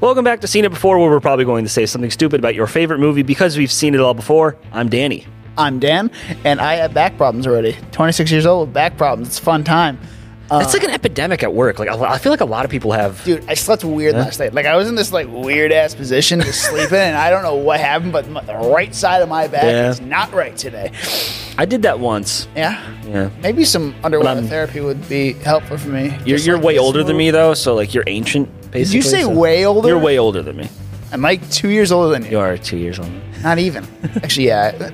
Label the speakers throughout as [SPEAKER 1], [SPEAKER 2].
[SPEAKER 1] Welcome back to Seen It Before, where we're probably going to say something stupid about your favorite movie because we've seen it all before. I'm Danny.
[SPEAKER 2] I'm Dan, and I have back problems already. 26 years old with back problems. It's a fun time.
[SPEAKER 1] it's like an epidemic at work. Like a lo- I feel like a lot of people have.
[SPEAKER 2] Dude, I slept weird last night. Like, I was in this, like, weird ass position to sleep in, and I don't know what happened, but my, the right side of my back
[SPEAKER 1] Yeah.
[SPEAKER 2] is not right today.
[SPEAKER 1] I did that once.
[SPEAKER 2] Yeah.
[SPEAKER 1] Yeah.
[SPEAKER 2] Maybe some underwater
[SPEAKER 1] I'm-
[SPEAKER 2] therapy would be helpful for me.
[SPEAKER 1] You're,
[SPEAKER 2] Just,
[SPEAKER 1] you're
[SPEAKER 2] like,
[SPEAKER 1] way
[SPEAKER 2] this
[SPEAKER 1] older than
[SPEAKER 2] little-
[SPEAKER 1] me though, so like you're ancient. Basically,
[SPEAKER 2] you say
[SPEAKER 1] so-
[SPEAKER 2] way older?
[SPEAKER 1] You're way older than me.
[SPEAKER 2] I'm like two years older than you.
[SPEAKER 1] You are two years older. than me.
[SPEAKER 2] Not even. Actually, yeah.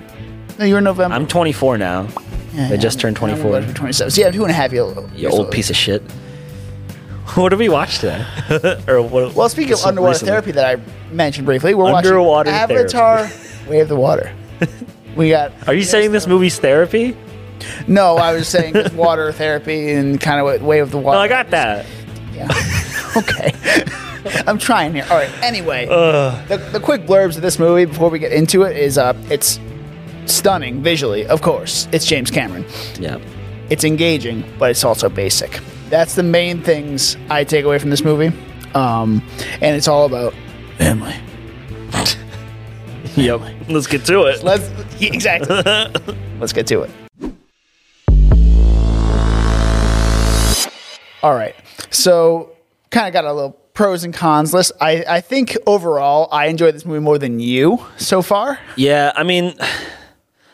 [SPEAKER 2] No, you were in November.
[SPEAKER 1] I'm 24 now.
[SPEAKER 2] Yeah,
[SPEAKER 1] I just
[SPEAKER 2] I'm-
[SPEAKER 1] turned
[SPEAKER 2] I'm
[SPEAKER 1] 24.
[SPEAKER 2] about to be 27. So, yeah, I'm two and a half year old.
[SPEAKER 1] You old piece of shit. What did we watch today? or what,
[SPEAKER 2] Well, speaking of
[SPEAKER 1] so
[SPEAKER 2] underwater
[SPEAKER 1] recently.
[SPEAKER 2] therapy that I mentioned briefly, we're
[SPEAKER 1] Underwater
[SPEAKER 2] watching
[SPEAKER 1] therapy.
[SPEAKER 2] Avatar: Way of the Water. We got.
[SPEAKER 1] are you saying this movie's therapy?
[SPEAKER 2] No, I was saying just water therapy and kind of what Way of the Water.
[SPEAKER 1] No, I got that.
[SPEAKER 2] Yeah. okay. I'm trying here. All right. Anyway, the, the quick blurbs of this movie before we get into it is uh, it's stunning visually, of course. It's James Cameron.
[SPEAKER 1] Yeah.
[SPEAKER 2] It's engaging, but it's also basic. That's the main things I take away from this movie. Um, and it's all about family.
[SPEAKER 1] Yep. Let's get to it.
[SPEAKER 2] Let's exactly. Let's get to it. All right. So, kind of got a little pros and cons list. I, I think overall, I enjoyed this movie more than you so far.
[SPEAKER 1] Yeah. I mean,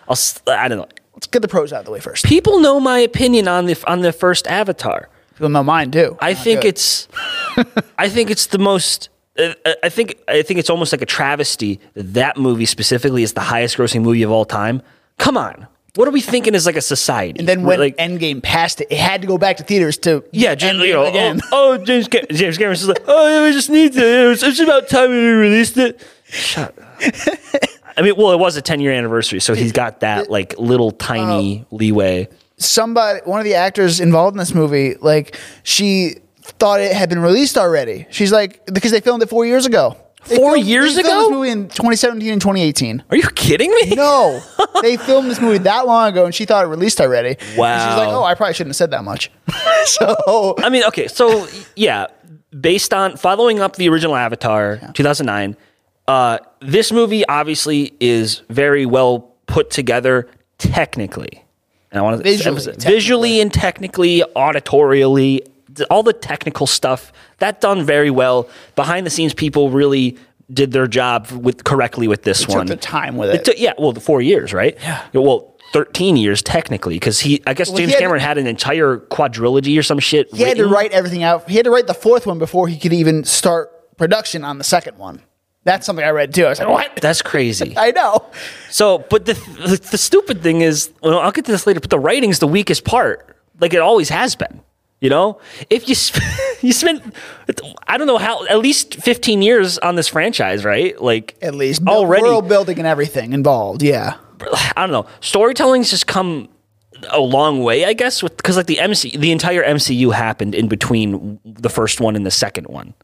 [SPEAKER 1] I'll. s- I don't know.
[SPEAKER 2] Let's get the pros out of the way first.
[SPEAKER 1] People know my opinion on the on the first Avatar.
[SPEAKER 2] People know mine too.
[SPEAKER 1] I think it's, I think it's the most. uh, I think I think it's almost like a travesty that that movie specifically is the highest grossing movie of all time. Come on, what are we thinking as like a society?
[SPEAKER 2] And then
[SPEAKER 1] We're
[SPEAKER 2] when
[SPEAKER 1] like,
[SPEAKER 2] Endgame passed it, it had to go back to theaters to
[SPEAKER 1] yeah, just, you
[SPEAKER 2] Endgame
[SPEAKER 1] know,
[SPEAKER 2] again.
[SPEAKER 1] oh, oh, James Cam- James Cameron's just like, oh, yeah, we just need to. It was, it's about time we released it. Shut. up. I mean, well, it was a ten year anniversary, so he's got that like little tiny leeway.
[SPEAKER 2] somebody one of the actors involved in this movie like she thought it had been released already she's like because they filmed it four years ago They
[SPEAKER 1] Four
[SPEAKER 2] filmed-
[SPEAKER 1] years
[SPEAKER 2] they filmed
[SPEAKER 1] ago?
[SPEAKER 2] this movie in 2017 and 2018
[SPEAKER 1] Are you kidding me?
[SPEAKER 2] no they filmed this movie that long ago and she thought it released already And
[SPEAKER 1] Wow.
[SPEAKER 2] she's like oh i probably shouldn't have said that much so
[SPEAKER 1] I mean, okay, so yeah, based on following up the original Avatar, 2009, uh, this movie obviously is very well put together technically. And I want to
[SPEAKER 2] Visually,
[SPEAKER 1] emphasize visually and technically, auditorially, th- all the technical stuff that done very well. Behind the scenes, people really did their job with correctly with this
[SPEAKER 2] took
[SPEAKER 1] one.
[SPEAKER 2] their time with it.
[SPEAKER 1] took- yeah, well, the four years, right? Yeah. Well. 13 years technically because he i guess
[SPEAKER 2] he
[SPEAKER 1] james
[SPEAKER 2] had-
[SPEAKER 1] cameron had an entire quadrilogy or some shit
[SPEAKER 2] he had to
[SPEAKER 1] written.
[SPEAKER 2] write everything out he had to write the fourth one before he could even start production on the second one that's something i read too i was like what
[SPEAKER 1] That's crazy.
[SPEAKER 2] i know
[SPEAKER 1] So, but the, the the stupid thing is, well, I'll get to this later. But the writing's the weakest part, like it always has been. You know, if you sp- you spent, I don't know how, at least fifteen years on this franchise, right? Like
[SPEAKER 2] at least
[SPEAKER 1] already.
[SPEAKER 2] world building and everything involved yeah
[SPEAKER 1] I don't know. Storytelling's just come a long way, I guess, because like the MC, the entire MCU happened in between the first one and the second one.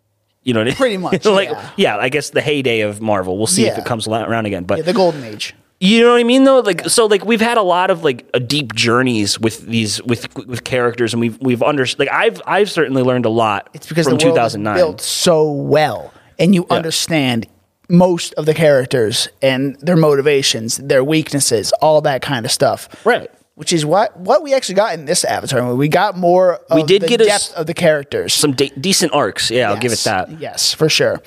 [SPEAKER 1] You know, what I mean?
[SPEAKER 2] Pretty much,
[SPEAKER 1] like,
[SPEAKER 2] yeah.
[SPEAKER 1] I guess the heyday of Marvel. We'll see if
[SPEAKER 2] Yeah.
[SPEAKER 1] it comes around again. But
[SPEAKER 2] yeah the golden age
[SPEAKER 1] You know what I mean, though. Like, so, like, we've had a lot of like a deep journeys with these with with characters, and we've we've under like I've I've certainly learned a lot.
[SPEAKER 2] It's because
[SPEAKER 1] from
[SPEAKER 2] the world is
[SPEAKER 1] 2009.
[SPEAKER 2] built so well, and you understand most of the characters and their motivations, their weaknesses, all that kind of stuff.
[SPEAKER 1] Right.
[SPEAKER 2] Which is what what we actually got in this Avatar movie. We got more. Of
[SPEAKER 1] did
[SPEAKER 2] the
[SPEAKER 1] get a s-
[SPEAKER 2] depth of the characters.
[SPEAKER 1] Some de- decent arcs, yeah, I'll give it
[SPEAKER 2] Yes.
[SPEAKER 1] that.
[SPEAKER 2] Yes, for sure.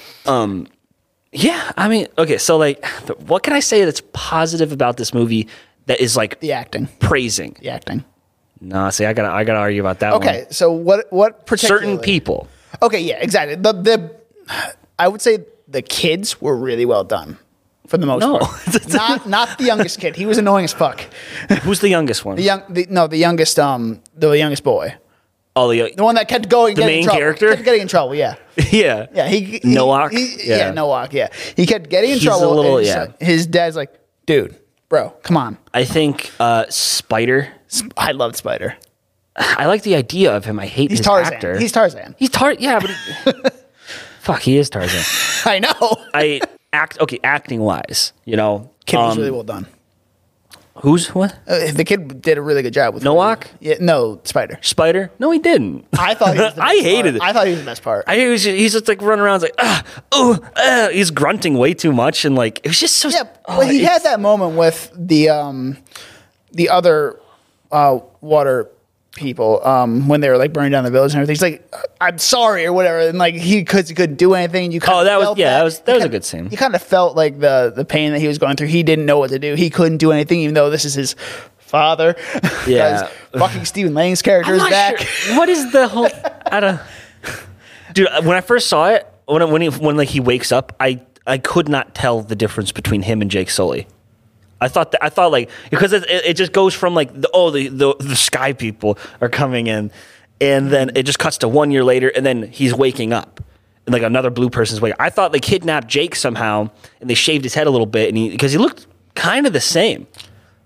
[SPEAKER 1] Yeah, I mean, okay, so like, what can I say that's positive about this movie that is like
[SPEAKER 2] The acting,
[SPEAKER 1] praising?
[SPEAKER 2] the acting.
[SPEAKER 1] Nah, see, I gotta I gotta argue about that.
[SPEAKER 2] Okay,
[SPEAKER 1] one.
[SPEAKER 2] so what what
[SPEAKER 1] certain
[SPEAKER 2] particularly-
[SPEAKER 1] people.
[SPEAKER 2] Okay, yeah, exactly. The the I would say the kids were really well done for the most
[SPEAKER 1] No.
[SPEAKER 2] part. not not the youngest kid. He was annoying as fuck.
[SPEAKER 1] Who's the youngest one?
[SPEAKER 2] The young, the, no, the youngest, um, the youngest boy,
[SPEAKER 1] oh, the,
[SPEAKER 2] the one that kept going, the
[SPEAKER 1] main
[SPEAKER 2] in trouble.
[SPEAKER 1] character?
[SPEAKER 2] kept getting in trouble. Yeah,
[SPEAKER 1] yeah,
[SPEAKER 2] yeah, he, he
[SPEAKER 1] Noak?
[SPEAKER 2] he-
[SPEAKER 1] Yeah.
[SPEAKER 2] yeah. Noak, yeah, he kept getting in
[SPEAKER 1] He's a
[SPEAKER 2] trouble. and
[SPEAKER 1] little-
[SPEAKER 2] he's
[SPEAKER 1] yeah.
[SPEAKER 2] like- his dad's like, dude, bro, come on.
[SPEAKER 1] I think uh, Spider.
[SPEAKER 2] Sp- I loved Spider.
[SPEAKER 1] I like the idea of him. I hate
[SPEAKER 2] He's
[SPEAKER 1] his
[SPEAKER 2] Tarzan.
[SPEAKER 1] actor.
[SPEAKER 2] He's Tarzan.
[SPEAKER 1] He's Tar. Yeah, but he- fuck, he is Tarzan.
[SPEAKER 2] I know.
[SPEAKER 1] I act okay. Acting wise, you know,
[SPEAKER 2] Kid was
[SPEAKER 1] um,
[SPEAKER 2] really well done.
[SPEAKER 1] Who's what?
[SPEAKER 2] Uh, the kid did a really good job with
[SPEAKER 1] Nowak?
[SPEAKER 2] Yeah, no Spider.
[SPEAKER 1] Spider? No, he didn't.
[SPEAKER 2] I thought he was the
[SPEAKER 1] I
[SPEAKER 2] best
[SPEAKER 1] hated it.
[SPEAKER 2] part. I thought he was the best part.
[SPEAKER 1] I he was he's just like running around like ah oh uh, he's grunting way too much and like it was just so
[SPEAKER 2] yeah,
[SPEAKER 1] oh,
[SPEAKER 2] well, he
[SPEAKER 1] it-
[SPEAKER 2] had that moment with the um, the other uh, water people um, when they were like burning down the village and everything. He's like, "Uh, "I'm sorry" or whatever, and like he could couldn't do anything. You kinda
[SPEAKER 1] Oh, that was-
[SPEAKER 2] felt
[SPEAKER 1] yeah, that was- that
[SPEAKER 2] You
[SPEAKER 1] was a
[SPEAKER 2] kinda-
[SPEAKER 1] good scene.
[SPEAKER 2] You kind of felt like the the pain that he was going through. He didn't know what to do. He couldn't do anything, even though this is his father.
[SPEAKER 1] Yeah.
[SPEAKER 2] fucking Stephen Lang's character
[SPEAKER 1] I'm
[SPEAKER 2] is
[SPEAKER 1] not
[SPEAKER 2] back.
[SPEAKER 1] sure- What is the whole? I don't. Dude, when I first saw it, when when he, when like he wakes up, I I could not tell the difference between him and Jake Sully. I thought that I thought like because it, it it just goes from like the, oh the, the the sky people are coming in, and then it just cuts to one year later, and then he's waking up, and like another blue person's waking. I thought they kidnapped Jake somehow, and they shaved his head a little bit, and he because he looked kind of the same,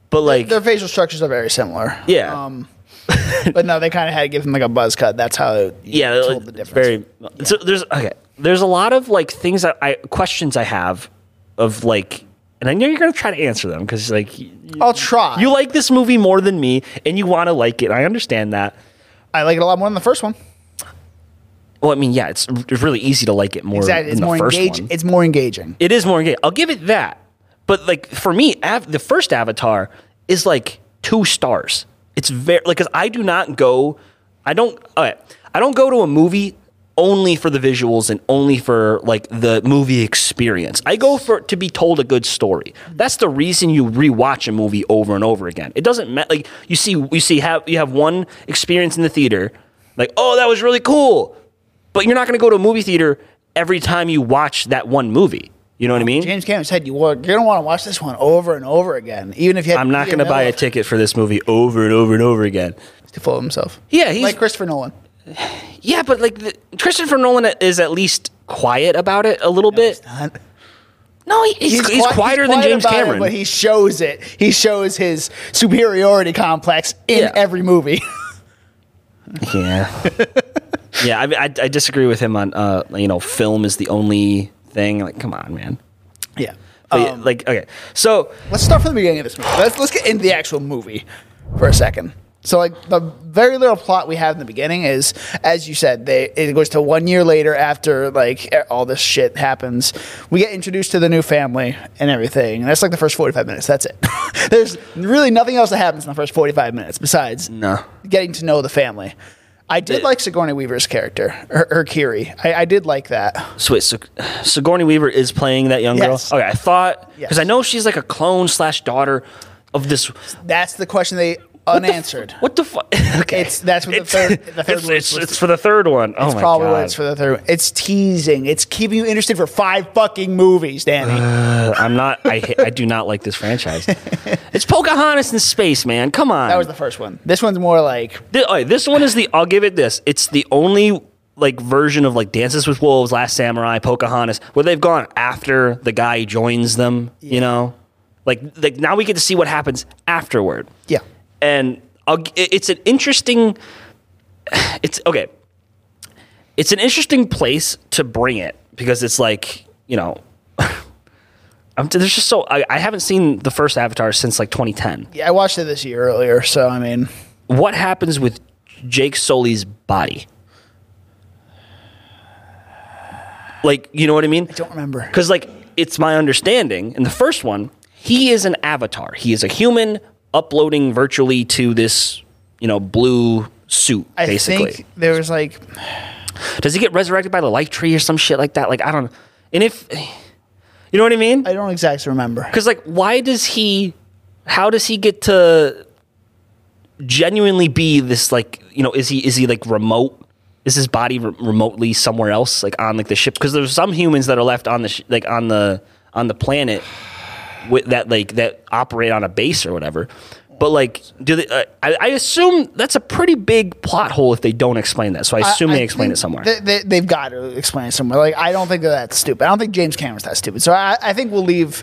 [SPEAKER 1] but like
[SPEAKER 2] Their facial structures are very similar.
[SPEAKER 1] Yeah.
[SPEAKER 2] Um, but no, they kind of had to give him like a buzz cut. That's how it
[SPEAKER 1] yeah,
[SPEAKER 2] told
[SPEAKER 1] it's
[SPEAKER 2] the difference.
[SPEAKER 1] very. So there's okay. There's a lot of like things that I questions I have of like, and I know you're gonna try to answer them because like y-
[SPEAKER 2] I'll try.
[SPEAKER 1] you like this movie more than me, and you want to like it. I understand that.
[SPEAKER 2] I like it a lot more than the first one.
[SPEAKER 1] Well, I mean, yeah, it's, it's really easy to like it more
[SPEAKER 2] Exactly.
[SPEAKER 1] than
[SPEAKER 2] It's
[SPEAKER 1] the
[SPEAKER 2] more
[SPEAKER 1] first
[SPEAKER 2] engaging.
[SPEAKER 1] one.
[SPEAKER 2] It's more engaging.
[SPEAKER 1] It is more engaging. I'll give it that. But like for me, av- the first Avatar is like two stars. It's very like 'cause I do not go. I don't. Okay, I don't go to a movie only for the visuals and only for like the movie experience. I go for to be told a good story. That's the reason you rewatch a movie over and over again. It doesn't matter. Like you see, you see, have you have one experience in the theater, like oh that was really cool, but you're not going to go to a movie theater every time you watch that one movie. You know what I mean?
[SPEAKER 2] James Cameron said you were, you're gonna want to watch this one over and over again, even if you. Had
[SPEAKER 1] I'm not
[SPEAKER 2] be
[SPEAKER 1] going
[SPEAKER 2] in the
[SPEAKER 1] to buy a
[SPEAKER 2] middle of-
[SPEAKER 1] ticket for this movie over and over and over again.
[SPEAKER 2] to fool himself.
[SPEAKER 1] Yeah, he's-
[SPEAKER 2] like Christopher Nolan.
[SPEAKER 1] Yeah, but like the, Christopher Nolan is at least quiet about it a little bit.
[SPEAKER 2] Not-
[SPEAKER 1] No, he, he's, he's,
[SPEAKER 2] qui- he's
[SPEAKER 1] quieter than
[SPEAKER 2] quiet
[SPEAKER 1] James
[SPEAKER 2] about it,
[SPEAKER 1] Cameron.
[SPEAKER 2] but he shows it. He shows his superiority complex in
[SPEAKER 1] Yeah.
[SPEAKER 2] every movie.
[SPEAKER 1] yeah, yeah. I, I I disagree with him on uh you know film is the only thing. Like, come on, man.
[SPEAKER 2] yeah.
[SPEAKER 1] But yeah,
[SPEAKER 2] Um,
[SPEAKER 1] like, okay, so
[SPEAKER 2] Let's start from the beginning of this movie. Let's let's get into the actual movie for a second. So like the very little plot we have in the beginning is, as you said, they it goes to one year later after like e- all this shit happens. We get introduced to the new family and everything, and that's like the first forty five minutes. That's it. There's really nothing else that happens in the first forty five minutes besides
[SPEAKER 1] no.
[SPEAKER 2] getting to know the family. I did like Sigourney Weaver's character, her, her Kiri. I, I did like that.
[SPEAKER 1] So wait, Sig- Sigourney Weaver is playing that young
[SPEAKER 2] Yes.
[SPEAKER 1] girl. Okay, I thought because
[SPEAKER 2] Yes.
[SPEAKER 1] I know she's like a clone slash daughter of this
[SPEAKER 2] That's the question they unanswered.
[SPEAKER 1] What the fuck? okay,
[SPEAKER 2] It's- that's what the third- the third
[SPEAKER 1] it's,
[SPEAKER 2] one
[SPEAKER 1] it's,
[SPEAKER 2] was
[SPEAKER 1] it's for the third one. Oh
[SPEAKER 2] It's
[SPEAKER 1] my
[SPEAKER 2] probably
[SPEAKER 1] god!
[SPEAKER 2] what it's for the third. It's teasing. It's keeping you interested for five fucking movies, Danny.
[SPEAKER 1] Uh, I'm not. I ha- I do not like this franchise. it's Pocahontas in space, man. Come on.
[SPEAKER 2] that was the first one. This one's more like
[SPEAKER 1] Thi- all right, this one is the. I'll give it this. It's the only like version of like Dances with Wolves, Last Samurai, Pocahontas, where they've gone after the guy joins them. You know, like like now we get to see what happens afterward.
[SPEAKER 2] yeah.
[SPEAKER 1] and I'll, g- it- it's an interesting it's okay it's an interesting place to bring it because it's like you know I'm, there's just so I, I haven't seen the first avatar since like 2010
[SPEAKER 2] Yeah, I watched it this year earlier, so I mean,
[SPEAKER 1] what happens with jake sully's body like you know what i mean
[SPEAKER 2] I don't remember.
[SPEAKER 1] because like it's my understanding in the first one, he is an avatar. He is a human uploading virtually to this, you know, blue suit.
[SPEAKER 2] I
[SPEAKER 1] basically,
[SPEAKER 2] think there was like
[SPEAKER 1] does he get resurrected by the life tree or some shit like that? Like I don't. And if you know what I mean?
[SPEAKER 2] I don't exactly remember.
[SPEAKER 1] Because like, why does he? How does he get to genuinely be this? Like you know, is he is he like remote? Is his body re- remotely somewhere else, like on like the ship? Because there's some humans that are left on the sh- like on the on the planet with that like that operate on a base or whatever. But like, do they? Uh, I, I assume that's a pretty big plot hole if they don't explain that. So I assume
[SPEAKER 2] I-
[SPEAKER 1] they
[SPEAKER 2] I
[SPEAKER 1] explain it
[SPEAKER 2] think
[SPEAKER 1] somewhere.
[SPEAKER 2] They, they, they've got to explain it somewhere. Like I don't think they're that stupid. I don't think James Cameron's that stupid. So I, I think we'll leave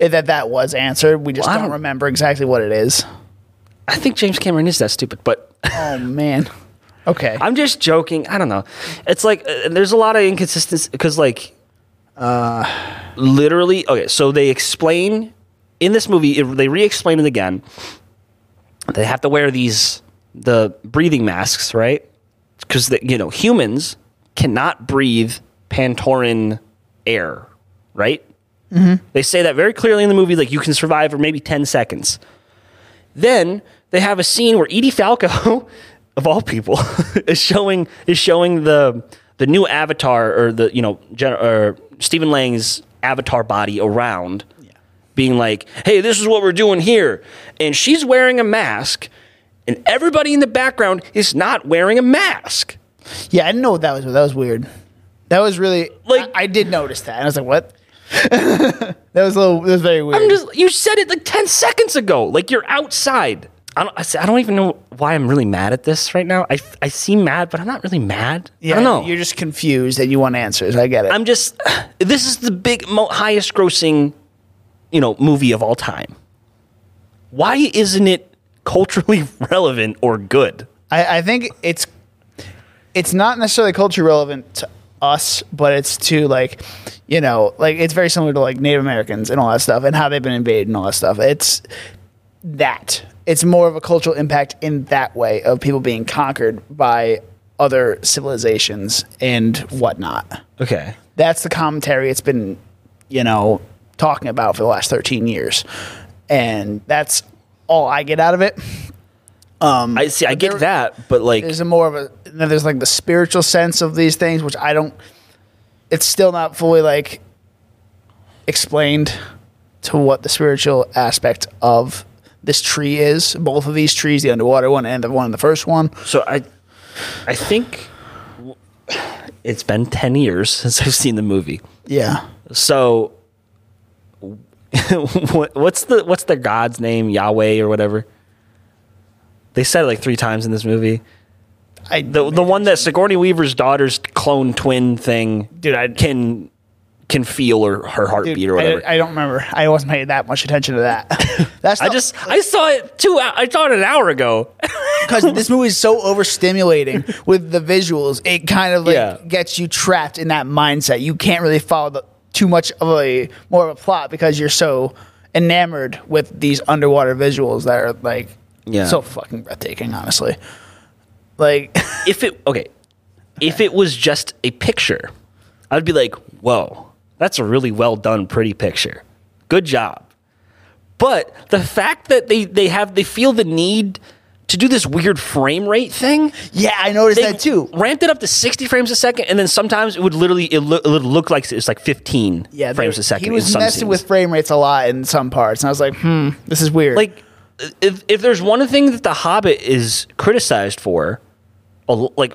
[SPEAKER 2] it that that was answered. We just
[SPEAKER 1] Well, I
[SPEAKER 2] don't,
[SPEAKER 1] don't-
[SPEAKER 2] remember exactly what it is.
[SPEAKER 1] I think James Cameron is that stupid, but
[SPEAKER 2] Oh man. Okay.
[SPEAKER 1] I'm just joking. I don't know. It's like uh, there's a lot of inconsistency because like, uh, literally. Okay, so they explain in this movie, it, they re-explain it again. They have to wear these the breathing masks, right? Because you know humans cannot breathe Pantoran air, right? They say that very clearly in the movie, like you can survive for maybe ten seconds. Then they have a scene where Edie Falco, of all people, is showing is showing the the new Avatar or the you know Gen- or Stephen Lang's Avatar body around, being like, "Hey, this is what we're doing here," and she's wearing a mask, and everybody in the background is not wearing a mask.
[SPEAKER 2] Yeah, I didn't know what that was. but That was weird. That was really
[SPEAKER 1] Like-
[SPEAKER 2] like I, I did notice that. And I was like, what? that was a little. That was very weird.
[SPEAKER 1] I'm just you said it like ten seconds ago. Like you're outside. I don't. I s- I don't even know why I'm really mad at this right now. I, f- I seem mad, but I'm not really mad.
[SPEAKER 2] yeah,
[SPEAKER 1] I don't know.
[SPEAKER 2] You're just confused and you want answers. I get it.
[SPEAKER 1] I'm just. This is the big, mo- highest grossing, you know, movie of all time. Why isn't it culturally relevant or good?
[SPEAKER 2] I, I think it's it's not necessarily culture relevant to us, but it's to like you know, like it's very similar to like Native Americans and all that stuff and how they've been invaded and all that stuff. It's that. It's more of a cultural impact in that way of people being conquered by other civilizations and whatnot.
[SPEAKER 1] Okay.
[SPEAKER 2] That's the commentary it's been, you know, talking about for the last 13 years. And that's all I get out of it.
[SPEAKER 1] I see. I get
[SPEAKER 2] there-
[SPEAKER 1] that, but like,
[SPEAKER 2] there's a more of a then there's like the spiritual sense of these things which i don't it's still not fully like explained to what the spiritual aspect of this tree is both of these trees the underwater one and the one in the first one
[SPEAKER 1] so I, I think it's been ten years since I've seen the movie.
[SPEAKER 2] yeah
[SPEAKER 1] So, what, what's the what's their god's name? Yahweh or whatever. They said it like three times in this movie.
[SPEAKER 2] i
[SPEAKER 1] The the one that Sigourney Weaver's daughter's clone twin thing,
[SPEAKER 2] Dude, I-
[SPEAKER 1] can can feel her, her heartbeat
[SPEAKER 2] dude,
[SPEAKER 1] or whatever.
[SPEAKER 2] I,
[SPEAKER 1] I,
[SPEAKER 2] I don't remember i wasn't paying that much attention to that that's the-
[SPEAKER 1] just I saw it two. I saw it an hour ago.
[SPEAKER 2] because this movie is so overstimulating with the visuals, it kind of like
[SPEAKER 1] Yeah.
[SPEAKER 2] gets you trapped in that mindset. You can't really follow the, too much of a more of a plot because you're so enamored with these underwater visuals that are like
[SPEAKER 1] Yeah.
[SPEAKER 2] so fucking breathtaking. Honestly, like
[SPEAKER 1] if it okay, if it was just a picture, I'd be like, "Whoa, that's a really well done, pretty picture. Good job." But the fact that they they have they feel the need to do this weird frame rate thing,
[SPEAKER 2] yeah, I noticed
[SPEAKER 1] they
[SPEAKER 2] that too.
[SPEAKER 1] ramped it up to sixty frames a second, and then sometimes it would literally it, loo- it would look like it's like fifteen
[SPEAKER 2] Yeah,
[SPEAKER 1] frames
[SPEAKER 2] they-
[SPEAKER 1] a second.
[SPEAKER 2] He was
[SPEAKER 1] in some
[SPEAKER 2] messing
[SPEAKER 1] scenes.
[SPEAKER 2] with frame rates a lot in some parts, and I was like, hmm, this is weird.
[SPEAKER 1] like if if there's one thing that the Hobbit is criticized for, a l- like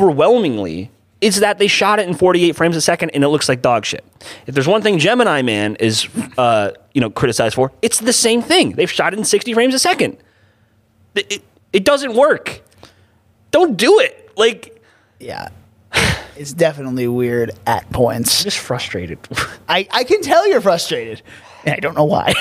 [SPEAKER 1] overwhelmingly, it's that they shot it in 48 frames a second and it looks like dog shit. If there's one thing Gemini Man is uh, you know criticized for, it's the same thing. They've shot it in 60 frames a second. It, it, it doesn't work. Don't do it. Like
[SPEAKER 2] yeah. It's definitely weird at points.
[SPEAKER 1] just frustrated.
[SPEAKER 2] I, I can tell you're frustrated. And I don't know why.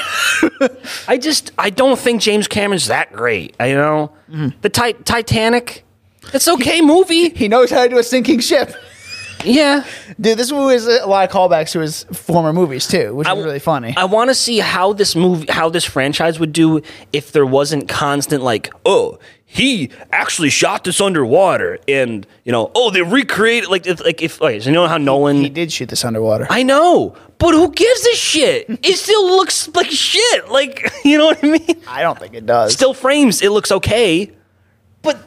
[SPEAKER 1] I just I don't think James Cameron's that great. I you know
[SPEAKER 2] Mm-hmm.
[SPEAKER 1] the ti- Titanic. It's okay movie.
[SPEAKER 2] He knows how to do a sinking ship.
[SPEAKER 1] Yeah.
[SPEAKER 2] Dude, this movie is a lot of callbacks to his former movies too, which is really funny.
[SPEAKER 1] I want to see how this movie, how this franchise would do if there wasn't constant like, oh, he actually shot this underwater, and you know, oh, they recreated like, if, like if okay, so you know how Nolan.
[SPEAKER 2] he did shoot this underwater.
[SPEAKER 1] I know, but who gives a shit? It still looks like shit. Like you know what I mean?
[SPEAKER 2] I don't think it does.
[SPEAKER 1] Still frames. It looks okay, but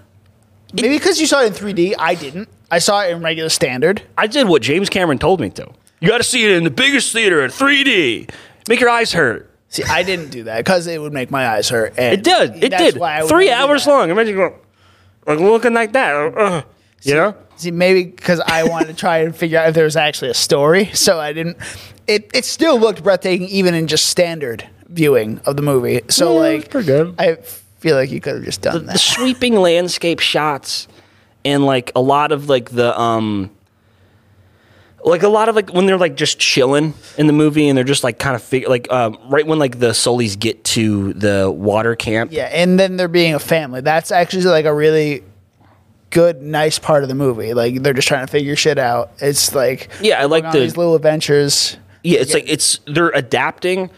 [SPEAKER 2] Maybe because you saw it in 3D, I didn't. I saw it in regular standard.
[SPEAKER 1] I did what James Cameron told me to. You got to see it in the biggest theater in 3D. Make your eyes hurt.
[SPEAKER 2] See, I didn't do that because it would make my eyes hurt. And
[SPEAKER 1] It did. It
[SPEAKER 2] that's
[SPEAKER 1] did.
[SPEAKER 2] why I would
[SPEAKER 1] Three
[SPEAKER 2] never do
[SPEAKER 1] hours
[SPEAKER 2] that.
[SPEAKER 1] long. Imagine going, like looking like that. Ugh. you know?
[SPEAKER 2] See, maybe because I wanted to try and figure out if there was actually a story, so I didn't. It it still looked breathtaking even in just standard viewing of the movie. So
[SPEAKER 1] Yeah, it's
[SPEAKER 2] like,
[SPEAKER 1] pretty good.
[SPEAKER 2] I feel like you could have just done
[SPEAKER 1] The
[SPEAKER 2] that.
[SPEAKER 1] sweeping landscape shots and like a lot of like the um like a lot of like when they're like just chilling in the movie and they're just like kind of figure like um, right when like the Solis get to the water camp.
[SPEAKER 2] Yeah, and then there being a family. That's actually like a really good, nice part of the movie. Like they're just trying to figure shit out. It's like
[SPEAKER 1] Yeah, I
[SPEAKER 2] going
[SPEAKER 1] like
[SPEAKER 2] on
[SPEAKER 1] the-
[SPEAKER 2] these little adventures.
[SPEAKER 1] Yeah, it's like it's they're adapting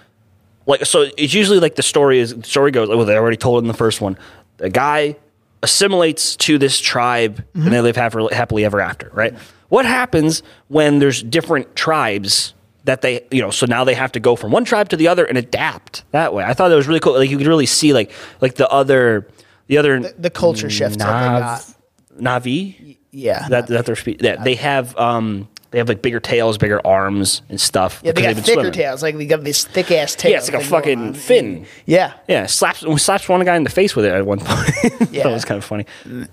[SPEAKER 1] like so it's usually like the story is the story goes well they already told it in the first one the guy assimilates to this tribe and
[SPEAKER 2] Mm-hmm.
[SPEAKER 1] they live hap- happily ever after right what happens when there's different tribes that they you know so now they have to go from one tribe to the other and adapt that way i thought that was really cool like you could really see like like the other the other
[SPEAKER 2] the culture shifts that they got.
[SPEAKER 1] Nav- navi
[SPEAKER 2] Yeah,
[SPEAKER 1] that that they're spe- yeah, they have um they have like bigger tails bigger arms and stuff
[SPEAKER 2] yeah, they
[SPEAKER 1] because
[SPEAKER 2] got
[SPEAKER 1] they've been
[SPEAKER 2] thicker
[SPEAKER 1] swimming.
[SPEAKER 2] tails. Like they got this thick ass tail.
[SPEAKER 1] yeah it's like a
[SPEAKER 2] thing going
[SPEAKER 1] fucking
[SPEAKER 2] on.
[SPEAKER 1] fin
[SPEAKER 2] Yeah.
[SPEAKER 1] yeah, slaps slaps one guy in the face with it at one point.
[SPEAKER 2] Yeah.
[SPEAKER 1] that was kind of funny.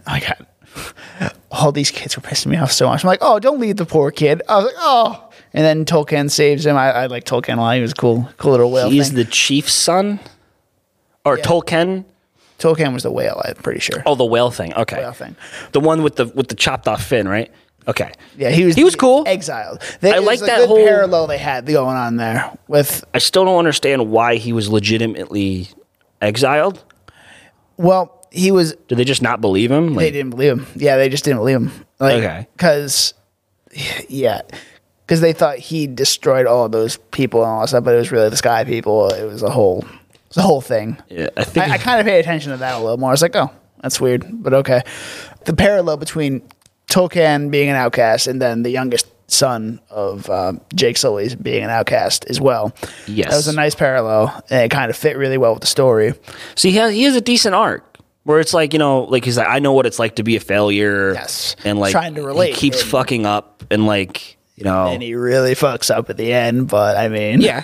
[SPEAKER 2] I got all these kids were pissing me off so much. I'm like, oh, don't leave the poor kid. I was like, oh, and then Tolkien saves him. I, I like Tolkien a lot. He was a cool, cool little whale.
[SPEAKER 1] He's
[SPEAKER 2] He's
[SPEAKER 1] the chief's son, or Tolkien.
[SPEAKER 2] Tolkien was the whale. I'm pretty sure.
[SPEAKER 1] Oh, the whale thing. Okay,
[SPEAKER 2] Whale thing.
[SPEAKER 1] The one with the with the chopped off fin, right? Okay.
[SPEAKER 2] Yeah, he was.
[SPEAKER 1] He was
[SPEAKER 2] the
[SPEAKER 1] cool.
[SPEAKER 2] Exiled. They,
[SPEAKER 1] I
[SPEAKER 2] it was
[SPEAKER 1] like
[SPEAKER 2] a
[SPEAKER 1] that
[SPEAKER 2] good
[SPEAKER 1] whole-
[SPEAKER 2] parallel they had going on there with.
[SPEAKER 1] I still don't understand why he was legitimately exiled.
[SPEAKER 2] Well, he was.
[SPEAKER 1] Did they just not believe him?
[SPEAKER 2] They
[SPEAKER 1] Like,
[SPEAKER 2] didn't believe him. Yeah, they just didn't believe him. Like,
[SPEAKER 1] Okay.
[SPEAKER 2] Because, yeah, because they thought he destroyed all those people and all that stuff, but it was really the sky people. It was a whole, it was a whole thing.
[SPEAKER 1] yeah, I think
[SPEAKER 2] I, I kind of paid attention to that a little more. I was like, oh, that's weird, but okay. The parallel between Tolkien being an outcast and then the youngest son of um, Jake Sully's being an outcast as well.
[SPEAKER 1] Yes. Oh.
[SPEAKER 2] That was a nice parallel, and it kind of fit really well with the story.
[SPEAKER 1] So he has he has a decent arc where it's like you know like he's like I know what it's like to be a failure.
[SPEAKER 2] Yes.
[SPEAKER 1] and like
[SPEAKER 2] Trying to relate.
[SPEAKER 1] he keeps fucking up and like you know
[SPEAKER 2] And he really fucks up at the end, but I mean,
[SPEAKER 1] yeah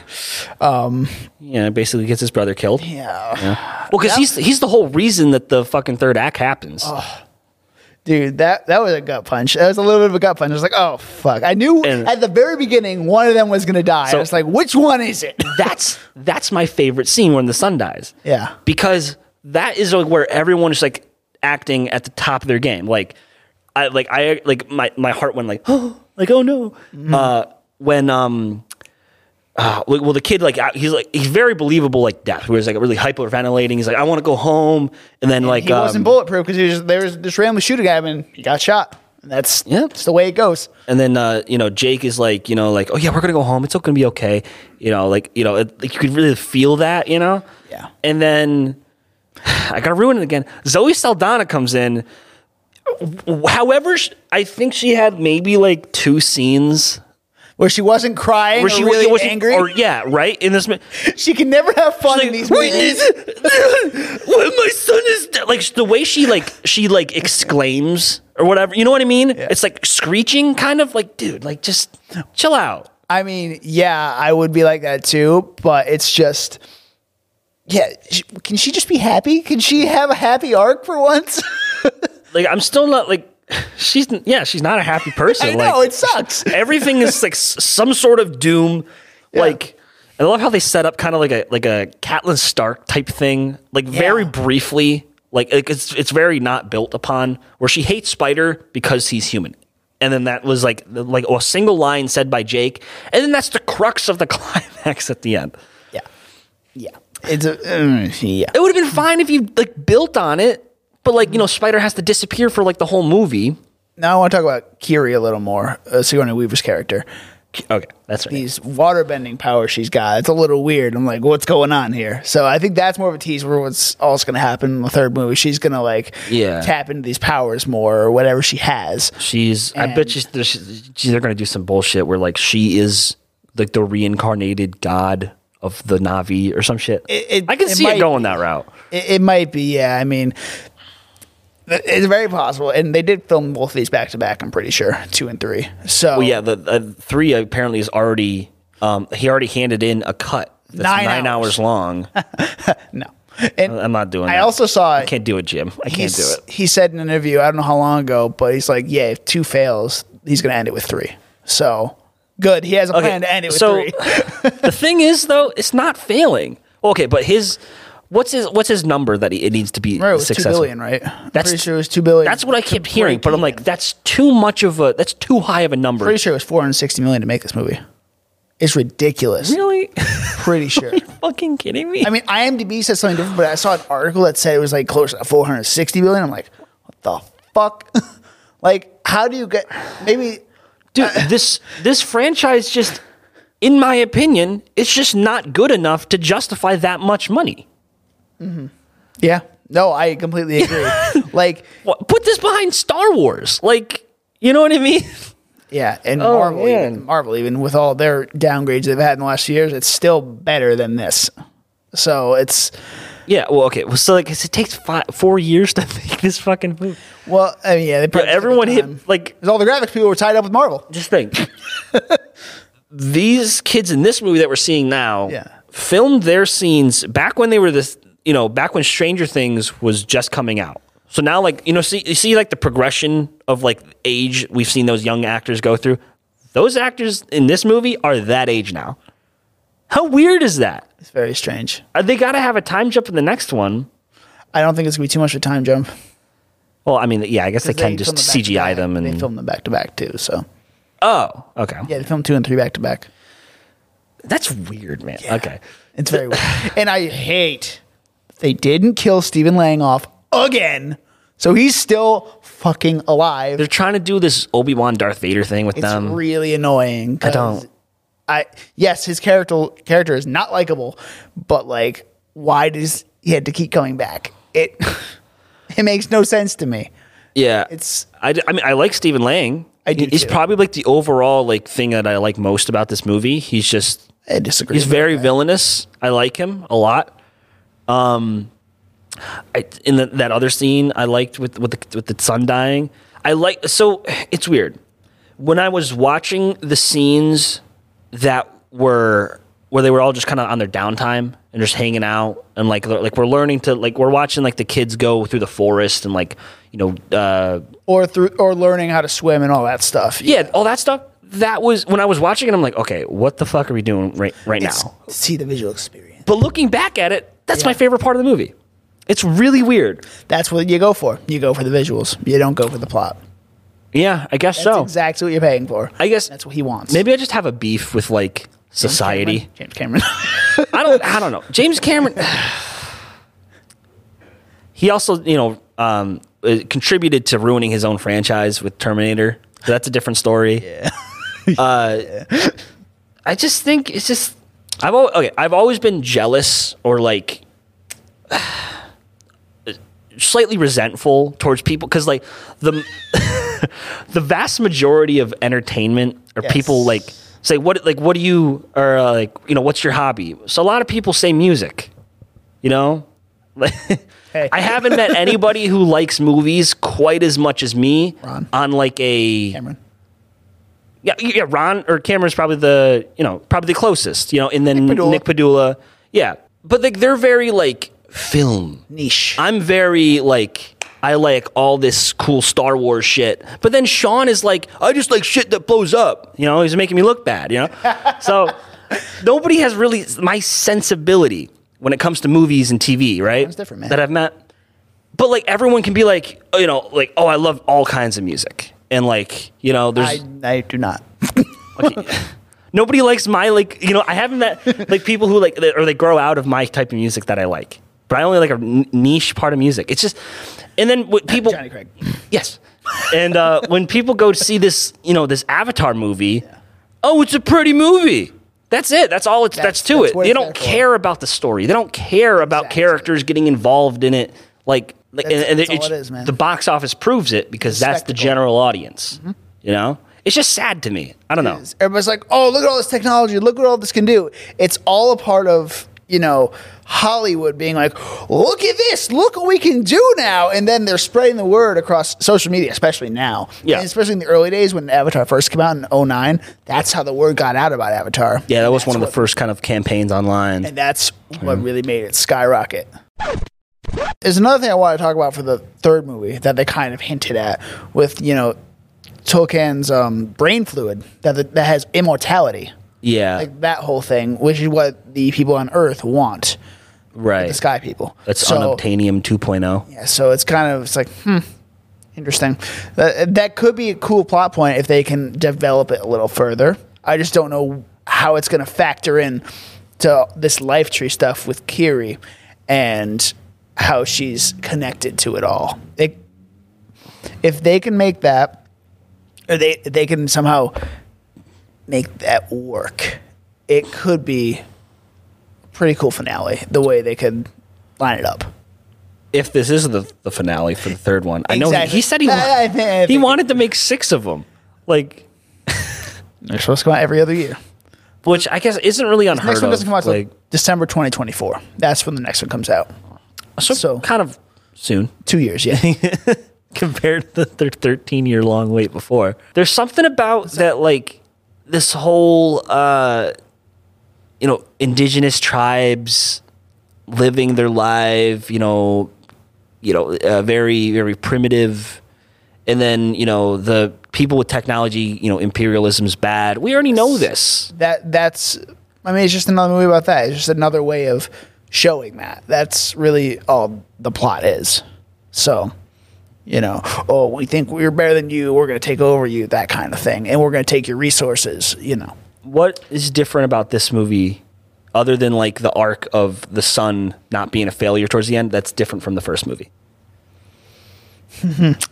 [SPEAKER 1] yeah basically gets his brother killed.
[SPEAKER 2] Um, yeah.
[SPEAKER 1] Well, because he's he's the whole reason that the fucking third act
[SPEAKER 2] Oh,
[SPEAKER 1] happens.
[SPEAKER 2] Dude, that that was a gut punch. That was a little bit of a gut punch. I was like, oh fuck. I knew
[SPEAKER 1] And-
[SPEAKER 2] at the very beginning one of them was gonna die.
[SPEAKER 1] So-
[SPEAKER 2] I was like, which one is it?
[SPEAKER 1] That's that's my favorite scene when the sun dies.
[SPEAKER 2] Yeah.
[SPEAKER 1] because that is like where everyone is like acting at the top of their game. Like I like I like my my heart went like oh like oh no
[SPEAKER 2] Mm-hmm.
[SPEAKER 1] uh, when um. Uh, like, well, the kid like I- he's like he's very believable like death. Where he's like really hyperventilating. He's like, I want to go home, and then like
[SPEAKER 2] He wasn't
[SPEAKER 1] um,
[SPEAKER 2] bulletproof because he was there was this random shooting at him and he got shot. And that's
[SPEAKER 1] Yeah.
[SPEAKER 2] that's the way it goes.
[SPEAKER 1] And then uh, you know Jake is like you know like oh yeah we're gonna go home it's all gonna be okay you know like you know it, like you could really feel that you know
[SPEAKER 2] Yeah.
[SPEAKER 1] and then I gotta ruin it again Zoe Saldana comes in however sh- I think she had maybe like two scenes
[SPEAKER 2] Where she wasn't crying
[SPEAKER 1] where
[SPEAKER 2] or
[SPEAKER 1] she
[SPEAKER 2] really
[SPEAKER 1] was
[SPEAKER 2] angry.
[SPEAKER 1] or yeah right in this mi-
[SPEAKER 2] she can never have fun in
[SPEAKER 1] like,
[SPEAKER 2] these
[SPEAKER 1] "Wait,
[SPEAKER 2] movies.
[SPEAKER 1] is- when my son is dead. like the way she like she like exclaims or whatever you know what I mean it's like screeching kind of like dude like just chill out.
[SPEAKER 2] I mean, yeah, I would be like that too, but it's just yeah, sh- can she just be happy? Can she have a happy arc for once?
[SPEAKER 1] like I'm still not like she's yeah she's not a happy person.
[SPEAKER 2] I
[SPEAKER 1] like,
[SPEAKER 2] know, it sucks.
[SPEAKER 1] everything is like s- some sort of doom. Like I love how they set up kind of like a like a Catelyn Stark type thing, like very
[SPEAKER 2] Yeah.
[SPEAKER 1] briefly. Like like, it's it's very not built upon where she hates Spider because he's human. And then that was like the- like a single line said by Jake, and then that's the crux of the climax at the end.
[SPEAKER 2] Yeah. Yeah. It's a mm, yeah.
[SPEAKER 1] It would have been fine if you like built on it, but like you know, Spider has to disappear for like the whole movie.
[SPEAKER 2] Now I want to talk about Kiri a little more, uh, Sigourney Weaver's character.
[SPEAKER 1] Okay, that's right.
[SPEAKER 2] These waterbending powers she's got, it's a little weird. I'm like, what's going on here? So I think that's more of a tease for what's all that's going to happen in the third movie. She's going to like
[SPEAKER 1] Yeah.
[SPEAKER 2] tap into these powers more or whatever she has.
[SPEAKER 1] She's. I bet
[SPEAKER 2] And-
[SPEAKER 1] she's, there's- she's. They're gonna do some bullshit where like she is like the reincarnated god of the Navi or some shit.
[SPEAKER 2] it-
[SPEAKER 1] I can
[SPEAKER 2] it
[SPEAKER 1] see
[SPEAKER 2] might
[SPEAKER 1] it going that route.
[SPEAKER 2] It, it might be, yeah. I mean, th- it's very possible. And they did film both of these back to back, I'm pretty sure, two and three. So
[SPEAKER 1] Well, Oh, yeah, the, the three apparently is already. Um, he already handed in a cut that's nine,
[SPEAKER 2] Nine
[SPEAKER 1] hours.
[SPEAKER 2] hours.
[SPEAKER 1] long.
[SPEAKER 2] no. And
[SPEAKER 1] I'm not doing.
[SPEAKER 2] I
[SPEAKER 1] that.
[SPEAKER 2] also saw
[SPEAKER 1] I can't do it, Jim. Uh, I can't do
[SPEAKER 2] he's-
[SPEAKER 1] it.
[SPEAKER 2] He said in an interview, I don't know how long ago, but he's like, yeah, if two fails, he's going to end it with three. So good. He has a plan to end it with
[SPEAKER 1] so
[SPEAKER 2] three.
[SPEAKER 1] the thing is, though, it's not failing. Okay, but his what's his what's his number that he, it needs to be
[SPEAKER 2] Right, it was
[SPEAKER 1] successful?
[SPEAKER 2] two billion, right? I'm
[SPEAKER 1] That's-
[SPEAKER 2] pretty sure it was two billion.
[SPEAKER 1] That's what I kept hearing, but I'm like, that's too much of a, that's too high of a number.
[SPEAKER 2] pretty sure it was 460 million to make this movie. It's ridiculous.
[SPEAKER 1] Really?
[SPEAKER 2] Pretty sure.
[SPEAKER 1] Fucking kidding me?
[SPEAKER 2] I mean, IMDb said something different, but I saw an article that said it was like close to 460 million. I'm like, what the fuck? like, how do you get maybe
[SPEAKER 1] dude, this this franchise just in my opinion, it's just not good enough to justify that much money.
[SPEAKER 2] Yeah. No, I completely agree. like,
[SPEAKER 1] What- Put this behind Star Wars. Like, you know what I mean?
[SPEAKER 2] yeah, and Marvel, even,
[SPEAKER 1] Oh, man.
[SPEAKER 2] Marvel, even with all their downgrades they've had in the last few years, it's still better than this. So it's
[SPEAKER 1] Yeah, well, okay. Well, so, like, 'cause it takes five, four years to make this fucking movie.
[SPEAKER 2] well, I mean, yeah, they
[SPEAKER 1] But
[SPEAKER 2] probably
[SPEAKER 1] everyone
[SPEAKER 2] time.
[SPEAKER 1] hit, like,
[SPEAKER 2] 'Cause all the graphics people were tied up with Marvel.
[SPEAKER 1] just think. These kids in this movie that we're seeing now
[SPEAKER 2] Yeah.
[SPEAKER 1] filmed their scenes back when they were this, you know, back when Stranger Things was just coming out. So now, like, you know, see, you see, like, the progression of, like, age we've seen those young actors go through. Those actors in this movie are that age now. How weird is that?
[SPEAKER 2] It's very strange.
[SPEAKER 1] Uh, They got to have a time jump in the next one.
[SPEAKER 2] I don't think it's gonna be too much of a time jump.
[SPEAKER 1] Well, I mean, yeah, I guess they can
[SPEAKER 2] They
[SPEAKER 1] just
[SPEAKER 2] filmed them back to
[SPEAKER 1] CGI
[SPEAKER 2] back.
[SPEAKER 1] them
[SPEAKER 2] they
[SPEAKER 1] and
[SPEAKER 2] filmed them back to back too. So
[SPEAKER 1] oh, okay,
[SPEAKER 2] yeah, they filmed two and three back to back.
[SPEAKER 1] that's weird, man. Okay,
[SPEAKER 2] It's very weird. And I hate they didn't kill Stephen Lang off again. So he's still fucking alive.
[SPEAKER 1] they're trying to do this Obi Wan Darth Vader thing with
[SPEAKER 2] It's
[SPEAKER 1] them.
[SPEAKER 2] really annoying.
[SPEAKER 1] Um, I don't.
[SPEAKER 2] I yes, his character character is not likable, but like, why does he had to keep coming back? It it makes no sense to me.
[SPEAKER 1] yeah,
[SPEAKER 2] It's
[SPEAKER 1] I, d- I mean, I like Stephen Lang.
[SPEAKER 2] I do
[SPEAKER 1] He's
[SPEAKER 2] too.
[SPEAKER 1] probably like the overall like thing that I like most about this movie. He's just
[SPEAKER 2] I disagree.
[SPEAKER 1] he's very villainous. I like him a lot. Um, I, in the, that other scene, I liked with with the, with the sun dying. I like so it's weird when I was watching the scenes that were where they were all just kind of on their downtime and just hanging out and like they're- like we're learning to like we're watching like the kids go through the forest and like you know uh,
[SPEAKER 2] or through or learning how to swim and all that stuff.
[SPEAKER 1] yeah all that stuff. That was when I was watching it. I'm like, okay, what the fuck are we doing right right
[SPEAKER 2] It's-
[SPEAKER 1] now?
[SPEAKER 2] see the visual experience.
[SPEAKER 1] But looking back at it, that's my favorite part of the movie. It's really weird.
[SPEAKER 2] That's what you go for. You go for the visuals. You don't go for the plot.
[SPEAKER 1] Yeah, I guess
[SPEAKER 2] That's
[SPEAKER 1] so.
[SPEAKER 2] exactly what you're paying for.
[SPEAKER 1] I guess
[SPEAKER 2] that's what he wants.
[SPEAKER 1] maybe I just have a beef with like society.
[SPEAKER 2] James Cameron.
[SPEAKER 1] I don't. I don't know. James Cameron. he also, you know, um, uh, contributed to ruining his own franchise with Terminator. So that's a different story. Yeah. Uh, I just think it's just I've al- okay. I've always been jealous or like slightly resentful towards people because like the the vast majority of entertainment are
[SPEAKER 2] Yes.
[SPEAKER 1] people like say what like what do you or uh, like you know what's your hobby so a lot of people say music you know like
[SPEAKER 2] Hey.
[SPEAKER 1] i haven't met anybody who likes movies quite as much as me
[SPEAKER 2] Ron.
[SPEAKER 1] on like a
[SPEAKER 2] Cameron.
[SPEAKER 1] yeah, yeah, Ron or Cameron's probably the you know probably the closest, you know, and then
[SPEAKER 2] Nick
[SPEAKER 1] Nick
[SPEAKER 2] Padula.
[SPEAKER 1] Padula, yeah. But like they're very like film
[SPEAKER 2] Niche.
[SPEAKER 1] I'm very like I like all this cool Star Wars shit, but then Sean is like I just like shit that blows up, you know. He's making me look bad, you know. so nobody has really my sensibility when it comes to movies and TV, right?
[SPEAKER 2] Everyone's different, man.
[SPEAKER 1] That I've met but like everyone can be like you know like oh i love all kinds of music and like you know
[SPEAKER 2] I,
[SPEAKER 1] there's
[SPEAKER 2] I do not.
[SPEAKER 1] nobody likes my like you know i haven't met like people who like that- or they grow out of my type of music that i like but i only like a n- niche part of music it's just and then what people
[SPEAKER 2] Johnny Craig.
[SPEAKER 1] yes and uh, when people go to see this you know this avatar movie oh it's a pretty movie that's it that's all it's that's,
[SPEAKER 2] That's-
[SPEAKER 1] to
[SPEAKER 2] that's
[SPEAKER 1] it
[SPEAKER 2] what
[SPEAKER 1] they
[SPEAKER 2] it's
[SPEAKER 1] don't
[SPEAKER 2] there for.
[SPEAKER 1] care about the story they don't care about
[SPEAKER 2] Exactly.
[SPEAKER 1] characters getting involved in it like like
[SPEAKER 2] That's-
[SPEAKER 1] and, and
[SPEAKER 2] that's all
[SPEAKER 1] it's-
[SPEAKER 2] it is, man.
[SPEAKER 1] the box office proves it because
[SPEAKER 2] a
[SPEAKER 1] that's the
[SPEAKER 2] spectacle. Mm-hmm.
[SPEAKER 1] general audience you know it's just sad to me i don't know
[SPEAKER 2] Everybody's like, oh, look at all this technology. Look what all this can do. It's all a part of, you know, Hollywood being like, look at this. Look what we can do now. And then they're spreading the word across social media, especially now.
[SPEAKER 1] Yeah.
[SPEAKER 2] And especially in the early days when Avatar first came out in 09. That's how the word got out about Avatar.
[SPEAKER 1] Yeah, that was
[SPEAKER 2] That's
[SPEAKER 1] one of the
[SPEAKER 2] what-
[SPEAKER 1] first kind of campaigns online.
[SPEAKER 2] And that's what really made it skyrocket. There's another thing I want to talk about for the third movie that they kind of hinted at with, you know, Tolkien's um, brain fluid that, that has immortality.
[SPEAKER 1] yeah,
[SPEAKER 2] Like that whole thing, which is what the people on Earth want,
[SPEAKER 1] right.
[SPEAKER 2] the sky people.
[SPEAKER 1] That's
[SPEAKER 2] so,
[SPEAKER 1] unobtainium oh. 2.0.
[SPEAKER 2] yeah, so it's kind of it's like, hmm, interesting. That, that could be a cool plot point if they can develop it a little further. I just don't know how it's going to factor in to this life tree stuff with Kiri and how she's connected to it all. It, if they can make that, or they they can somehow make that work it could be a pretty cool finale the way they could line it up.
[SPEAKER 1] If this is the, the finale for the third one, I know he- he,
[SPEAKER 2] Exactly.
[SPEAKER 1] said he
[SPEAKER 2] I-
[SPEAKER 1] wa-
[SPEAKER 2] I think- I
[SPEAKER 1] he
[SPEAKER 2] think-
[SPEAKER 1] wanted to make six of them, like
[SPEAKER 2] They're supposed to come out every other year.
[SPEAKER 1] which I guess isn't really unheard
[SPEAKER 2] Next one
[SPEAKER 1] of.
[SPEAKER 2] doesn't come out till
[SPEAKER 1] like,
[SPEAKER 2] December 2024. That's when the next one comes out.
[SPEAKER 1] so,
[SPEAKER 2] so-
[SPEAKER 1] kind of soon
[SPEAKER 2] Two years, yeah.
[SPEAKER 1] compared to their thirteen year long wait before. There's something about that like this whole uh, you know indigenous tribes living their life, you know, you know, uh, very very primitive, and then you know the people with technology, you know, imperialism's bad. We already know this.
[SPEAKER 2] that that's I mean it's just another movie about that. It's just another way of showing that. That's really all the plot is. So, you know, oh, we think we're better than you. We're going to take over you, that kind of thing, and we're going to take your resources. You know,
[SPEAKER 1] What is different about this movie? Other than like the arc of the son not being a failure towards the end, that's different from the first movie.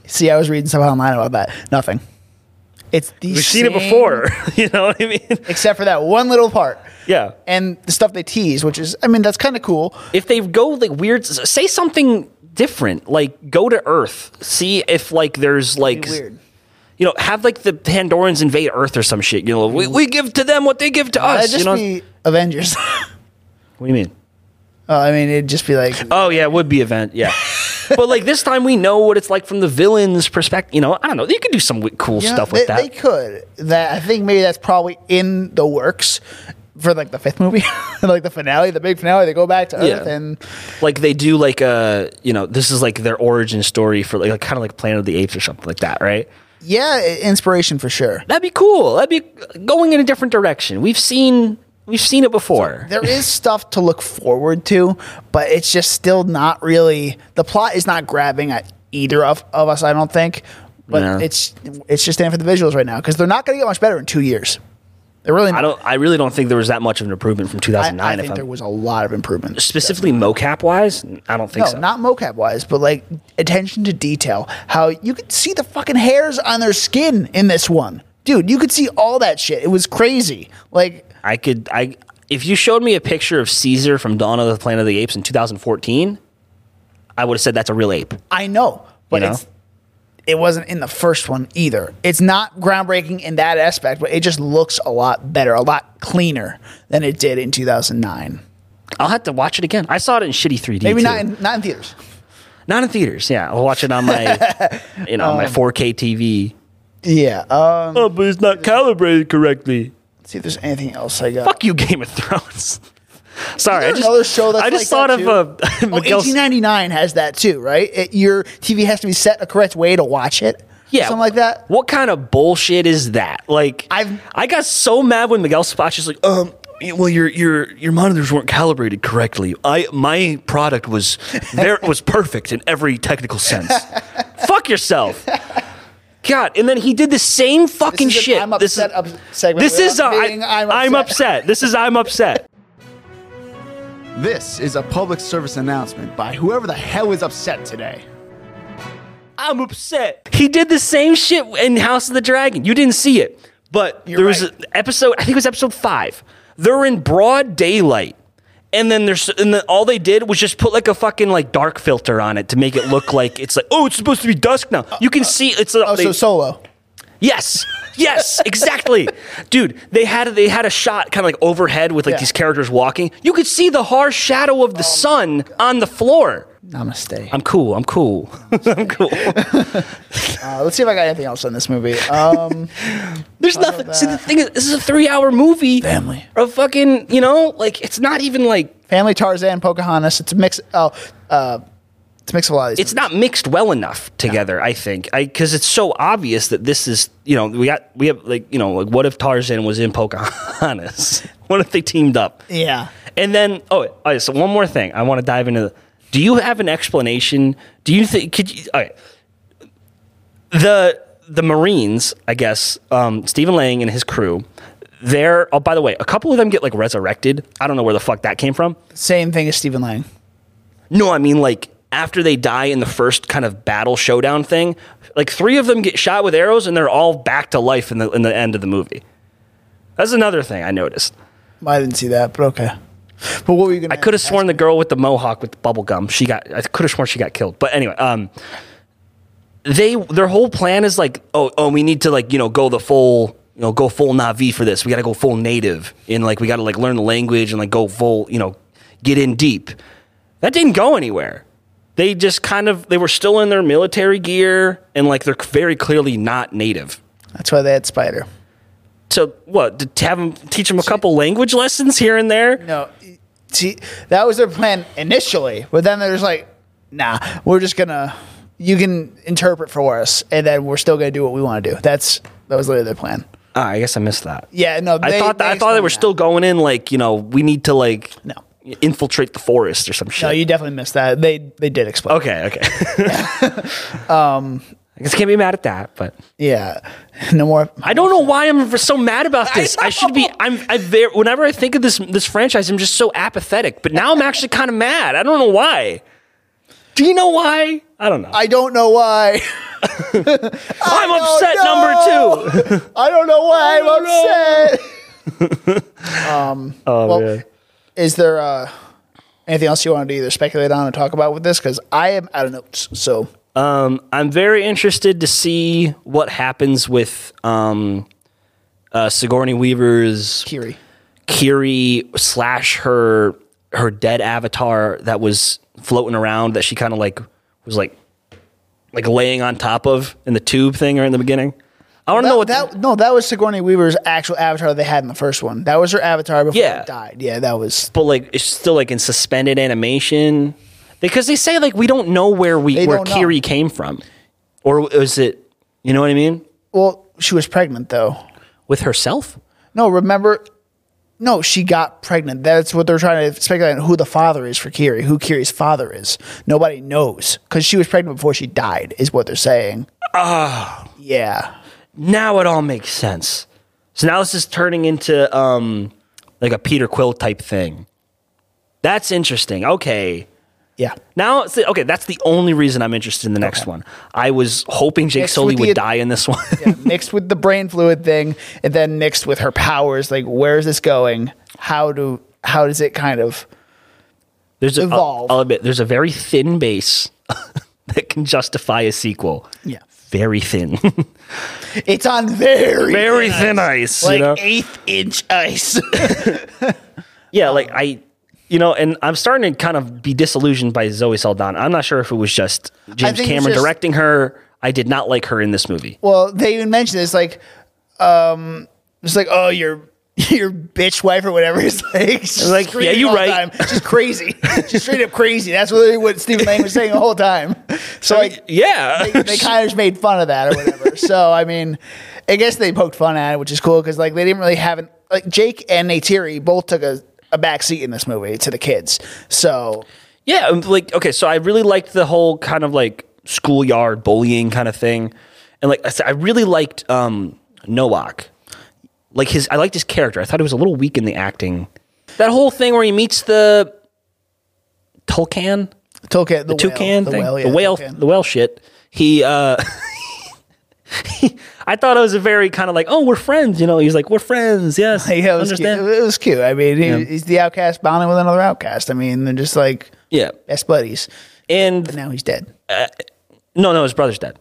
[SPEAKER 2] see, I was reading something online about that. Nothing. It's the
[SPEAKER 1] We've seen it
[SPEAKER 2] same-
[SPEAKER 1] before. you know what I mean?
[SPEAKER 2] except for that one little part.
[SPEAKER 1] Yeah.
[SPEAKER 2] and the stuff they tease, which is, I mean, that's kind of cool.
[SPEAKER 1] If they go like weird, say something different. Like go to Earth, see if like there's like
[SPEAKER 2] Weird.
[SPEAKER 1] you know have like the Pandorans invade Earth or some shit. You know, we, we give to them what they give to
[SPEAKER 2] That'd
[SPEAKER 1] us.
[SPEAKER 2] just
[SPEAKER 1] You know
[SPEAKER 2] be Avengers.
[SPEAKER 1] what do you mean?
[SPEAKER 2] Uh, I mean, it'd just be like,
[SPEAKER 1] Oh yeah, it would be event. Yeah. but like this time we know what it's like from the villain's perspective. You know, I don't know. You could do some w- cool
[SPEAKER 2] You know,
[SPEAKER 1] stuff
[SPEAKER 2] they,
[SPEAKER 1] with
[SPEAKER 2] They
[SPEAKER 1] that.
[SPEAKER 2] could. That I think maybe that's probably in the works for like the fifth movie, like the finale, the big finale. They go back to
[SPEAKER 1] Yeah.
[SPEAKER 2] Earth and
[SPEAKER 1] like they do like a you know this is like their origin story for like kind of like Planet of the Apes or something like that, right?
[SPEAKER 2] yeah, i- inspiration for sure.
[SPEAKER 1] That'd be cool. That'd be going in a different direction. We've seen we've seen it before.
[SPEAKER 2] There is stuff to look forward to, but it's just still not really the plot is not grabbing at either of, of us. I don't think, but
[SPEAKER 1] No.
[SPEAKER 2] it's it's just in for the visuals right now because they're not going to get much better in two years. They're really. Not.
[SPEAKER 1] I don't. I really don't think there was that much of an improvement from
[SPEAKER 2] I,
[SPEAKER 1] 2009.
[SPEAKER 2] I
[SPEAKER 1] if
[SPEAKER 2] think
[SPEAKER 1] I'm,
[SPEAKER 2] there was a lot of improvement.
[SPEAKER 1] specifically mocap wise, I don't think
[SPEAKER 2] No,
[SPEAKER 1] so.
[SPEAKER 2] not mocap wise, but like attention to detail. How you could see the fucking hairs on their skin in this one, dude. You could see all that shit. It was crazy. Like
[SPEAKER 1] I could. I if you showed me a picture of Caesar from Dawn of the Planet of the Apes in 2014, I would have said that's a real ape.
[SPEAKER 2] I know, but
[SPEAKER 1] You know?
[SPEAKER 2] it's it wasn't in the first one either. It's not groundbreaking in that aspect, but it just looks a lot better, a lot cleaner than it did in 2009.
[SPEAKER 1] I'll have to watch it again. I saw it in shitty 3D.
[SPEAKER 2] Maybe
[SPEAKER 1] too.
[SPEAKER 2] not in, not in theaters.
[SPEAKER 1] Not in theaters. Yeah, I'll watch it on my you know
[SPEAKER 2] Um,
[SPEAKER 1] my 4K TV.
[SPEAKER 2] Yeah. Um,
[SPEAKER 1] Oh, but it's not calibrated correctly.
[SPEAKER 2] let's see if there's anything else I got.
[SPEAKER 1] Fuck you, Game of Thrones. Sorry, I
[SPEAKER 2] There's
[SPEAKER 1] just,
[SPEAKER 2] another show that's
[SPEAKER 1] I just
[SPEAKER 2] like
[SPEAKER 1] thought
[SPEAKER 2] that,
[SPEAKER 1] of
[SPEAKER 2] too.
[SPEAKER 1] uh,
[SPEAKER 2] Oh,
[SPEAKER 1] Miguel.
[SPEAKER 2] 1899 has that too, right? It, your TV has to be set a correct way to watch it.
[SPEAKER 1] yeah,
[SPEAKER 2] something like that.
[SPEAKER 1] What kind of bullshit is that? Like,
[SPEAKER 2] I've-
[SPEAKER 1] I got so mad when Miguel Spache is like, um, well, your your your monitors weren't calibrated correctly. I my product was there was perfect in every technical sense. Fuck yourself. God, and then he did the same fucking
[SPEAKER 2] is an
[SPEAKER 1] shit.
[SPEAKER 2] I'm
[SPEAKER 1] this is,
[SPEAKER 2] upset up segment.
[SPEAKER 1] This
[SPEAKER 2] We're
[SPEAKER 1] is uh, I-
[SPEAKER 2] being I'm
[SPEAKER 1] I'm
[SPEAKER 2] upset.
[SPEAKER 1] upset. This is I'm upset.
[SPEAKER 3] This is a public service announcement by whoever the hell is upset today.
[SPEAKER 1] I'm upset. He did the same shit in House of the Dragon. You didn't see it, but there was
[SPEAKER 2] right.
[SPEAKER 1] an episode. I think it was episode five. They're in broad daylight, and then there's and then all they did was just put like a fucking like dark filter on it to make it look like it's like oh it's supposed to be dusk now. You can see it's a,
[SPEAKER 2] Oh, so solo.
[SPEAKER 1] yes. Yes, exactly, dude. They had they had a shot kind of like overhead with like
[SPEAKER 2] Yeah. Oh
[SPEAKER 1] these characters walking. You could see the harsh shadow of the sun on the floor.
[SPEAKER 2] Namaste.
[SPEAKER 1] I'm cool. I'm cool. I'm cool.
[SPEAKER 2] Uh, let's see if I got anything else on this movie. Um,
[SPEAKER 1] There's nothing. See, the thing is, this is a three-hour movie.
[SPEAKER 2] Family.
[SPEAKER 1] Of fucking, you know, like it's not even like
[SPEAKER 2] Family Tarzan, Pocahontas. It's a mix. Oh, uh, it's a mix of a lot of these.
[SPEAKER 1] it's not mixed well enough together. I think I because it's so obvious that this is, you know, we got we have like you know like what if Tarzan was in Pocahontas? what if they teamed up?
[SPEAKER 2] movies. yeah.
[SPEAKER 1] And then oh, all right, so one more thing I want to dive into. The, do you have an explanation? Do you think could you? All right, the the Marines, I guess, um, Stephen Lang and his crew. They're oh, by the way, a couple of them get like resurrected. I don't know where the fuck that came from.
[SPEAKER 2] Same thing as Stephen Lang.
[SPEAKER 1] No, I mean like after they die in the first kind of battle showdown thing, like three of them get shot with arrows and they're all back to life in the in the end of the movie. That's another thing I noticed.
[SPEAKER 2] I didn't see that, but okay. But what were you gonna?
[SPEAKER 1] I could have sworn the girl with the mohawk with the bubble gum. She got. I could have sworn she got killed. But anyway, um, they their whole plan is like, oh, oh, we need to like you know go the full you know go full Navi for this. We got to go full native and like we got to like learn the language and like go full you know get in deep. That didn't go anywhere. They just kind of they were still in their military gear and like they're very clearly not native.
[SPEAKER 2] That's why they had Spider.
[SPEAKER 1] So what? To have them teach them a couple language lessons here and there.
[SPEAKER 2] No, see, that was their plan initially, but then there's like, nah, we're just gonna. You can interpret for us, and then we're still gonna do what we want to do. That's that was literally their plan.
[SPEAKER 1] Ah, I guess I missed that.
[SPEAKER 2] Yeah, no,
[SPEAKER 1] I
[SPEAKER 2] they-
[SPEAKER 1] thought
[SPEAKER 2] they
[SPEAKER 1] I thought they
[SPEAKER 2] explained
[SPEAKER 1] were
[SPEAKER 2] that.
[SPEAKER 1] still going in like you know we need to like
[SPEAKER 2] No.
[SPEAKER 1] infiltrate the forest or some shit.
[SPEAKER 2] No, you definitely missed that. They they did explain.
[SPEAKER 1] okay, okay. um,
[SPEAKER 2] Um,
[SPEAKER 1] I guess I can't be mad at that, but
[SPEAKER 2] Yeah, no more.
[SPEAKER 1] I don't know why I'm so mad about this. I, should be. I'm. I ver- whenever I think of this this franchise, I'm just so apathetic. But now I'm actually kind of mad. I don't know why. Do you know why? I don't know. I,
[SPEAKER 2] I don't know why.
[SPEAKER 1] am
[SPEAKER 2] don't
[SPEAKER 1] upset.
[SPEAKER 2] know.
[SPEAKER 1] Number two.
[SPEAKER 2] I don't know why I'm
[SPEAKER 1] don't know.
[SPEAKER 2] upset.
[SPEAKER 1] Oh
[SPEAKER 2] Well,
[SPEAKER 1] man.
[SPEAKER 2] Is there uh, anything else you wanted to either speculate on or talk about with this? Because I am out of notes. So
[SPEAKER 1] Um, I'm very interested to see what happens with um, uh, Sigourney Weaver's
[SPEAKER 2] Kiri,
[SPEAKER 1] Kiri slash her her dead avatar that was floating around that she kind of like was like like laying on top of in the tube thing or in the beginning. I want to know what
[SPEAKER 2] that, no, that was Sigourney Weaver's actual avatar they had in the first one. That was her avatar before
[SPEAKER 1] Yeah.
[SPEAKER 2] it died. Yeah, that was.
[SPEAKER 1] but like it's still like in suspended animation because they say like we don't know where we
[SPEAKER 2] They
[SPEAKER 1] where
[SPEAKER 2] don't know.
[SPEAKER 1] Kiri came from or is it you know what I mean
[SPEAKER 2] Well, she was pregnant though.
[SPEAKER 1] with herself?
[SPEAKER 2] No, remember? No, she got pregnant. That's what they're trying to speculate on who the father is for Kiri, who Kiri's father is. Nobody knows because she was pregnant before she died, is what they're saying.
[SPEAKER 1] Ah.
[SPEAKER 2] Oh. Yeah.
[SPEAKER 1] now it all makes sense. So now this is turning into um, like a Peter Quill type thing. That's interesting. Okay.
[SPEAKER 2] Yeah.
[SPEAKER 1] Now, see, okay, that's the only reason I'm interested in the next one. I was hoping Jake
[SPEAKER 2] Mixed
[SPEAKER 1] Sully
[SPEAKER 2] with the
[SPEAKER 1] would
[SPEAKER 2] ad-
[SPEAKER 1] die in this one.
[SPEAKER 2] mixed with the brain fluid thing and then mixed with her powers like where is this going how do how does it kind of
[SPEAKER 1] there's a,
[SPEAKER 2] Evolve.
[SPEAKER 1] I'll, I'll admit, there's a very thin base that can justify a sequel.
[SPEAKER 2] Yeah.
[SPEAKER 1] Very thin.
[SPEAKER 2] it's on very
[SPEAKER 1] very thin ice.
[SPEAKER 2] like
[SPEAKER 1] you know?
[SPEAKER 2] eighth inch ice
[SPEAKER 1] Yeah, like I, you know, and I'm starting to kind of be disillusioned by Zoe Saldana. I'm not sure if it was just James
[SPEAKER 2] think it's
[SPEAKER 1] Cameron
[SPEAKER 2] just-
[SPEAKER 1] directing her. I did not like her in this movie.
[SPEAKER 2] well they even mentioned this like um it's like oh your your bitch wife or whatever is like she's
[SPEAKER 1] Like,
[SPEAKER 2] screaming
[SPEAKER 1] yeah, you
[SPEAKER 2] all the
[SPEAKER 1] right.
[SPEAKER 2] time. she's crazy she's straight up crazy that's really what Stephen Lang was saying the whole time so like
[SPEAKER 1] Yeah,
[SPEAKER 2] they, they kind of just made fun of that or whatever. so I mean, I guess they poked fun at it, which is cool because like they didn't really have an like Jake and Neytiri both took a, a back seat in this movie to the kids. So
[SPEAKER 1] yeah. um, Like okay, so I really liked the whole kind of like schoolyard bullying kind of thing, and like I said, I really liked um Nowak. Like his, I liked his character. I thought he was a little weak in the acting. That whole thing where he meets the Tolkien.
[SPEAKER 2] Tolkien, the,
[SPEAKER 1] toucan thing,
[SPEAKER 2] whale, the whale, yeah,
[SPEAKER 1] the whale,
[SPEAKER 2] toucan.
[SPEAKER 1] the whale shit. He, uh, he- I thought it was a very kind of like, oh, we're friends, you know. He's like, we're friends, yes,
[SPEAKER 2] Yeah, it was, cute.
[SPEAKER 1] understand,
[SPEAKER 2] it was cute. I mean, he, he's the outcast bonding with another outcast. I mean, they're just like
[SPEAKER 1] yeah.
[SPEAKER 2] best buddies.
[SPEAKER 1] And
[SPEAKER 2] Now he's dead.
[SPEAKER 1] no, no, his brother's dead.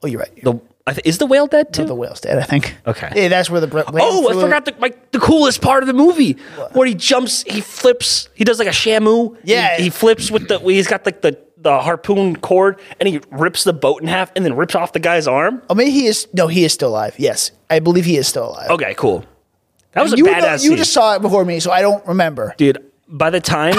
[SPEAKER 2] Oh, you're right.
[SPEAKER 1] The I th- is the whale dead too?
[SPEAKER 2] the whale's dead, I think.
[SPEAKER 1] Okay.
[SPEAKER 2] Yeah, that's where the br-
[SPEAKER 1] oh, I
[SPEAKER 2] flew-
[SPEAKER 1] forgot the like the coolest part of the movie where he jumps, he flips, he does like a shamu.
[SPEAKER 2] Yeah.
[SPEAKER 1] he, he flips with the he's got like the the harpoon cord and he rips the boat in half and then rips off the guy's arm.
[SPEAKER 2] Oh, maybe he is. No, he is still alive. Yes, I believe he is still alive.
[SPEAKER 1] Okay, cool. Oh, That was a
[SPEAKER 2] you
[SPEAKER 1] badass.
[SPEAKER 2] know- you
[SPEAKER 1] scene.
[SPEAKER 2] just saw it before me, so I don't remember.
[SPEAKER 1] dude by the time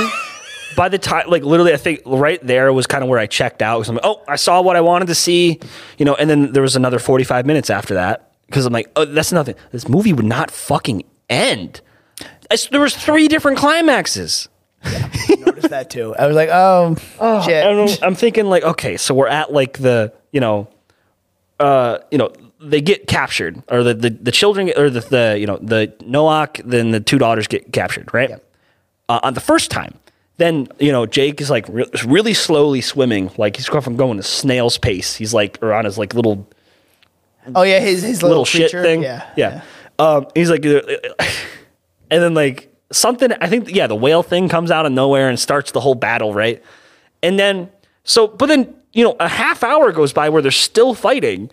[SPEAKER 1] by the time like literally i think right there was kind of where i checked out 'Cause I'm like, oh i saw what i wanted to see you know and then there was another 45 minutes after that because i'm like oh that's nothing this movie would not fucking end I s there was three different climaxes
[SPEAKER 2] noticed that too. I was like, oh, shit.
[SPEAKER 1] I'm, I'm thinking like okay so we're at like the you know uh you know they get captured or the the, the children or the, the you know the noach then the two daughters get captured right uh, on the first time then you know jake is like re- really slowly swimming like he's going from going to snail's pace he's like or on his like little
[SPEAKER 2] Oh yeah, his his little,
[SPEAKER 1] little shit
[SPEAKER 2] creature.
[SPEAKER 1] thing.
[SPEAKER 2] Yeah,
[SPEAKER 1] yeah. Um, he's like, uh, and then like something I think yeah, the whale thing comes out of nowhere and starts the whole battle, right? And then so but then, you know, a half hour goes by where they're still fighting.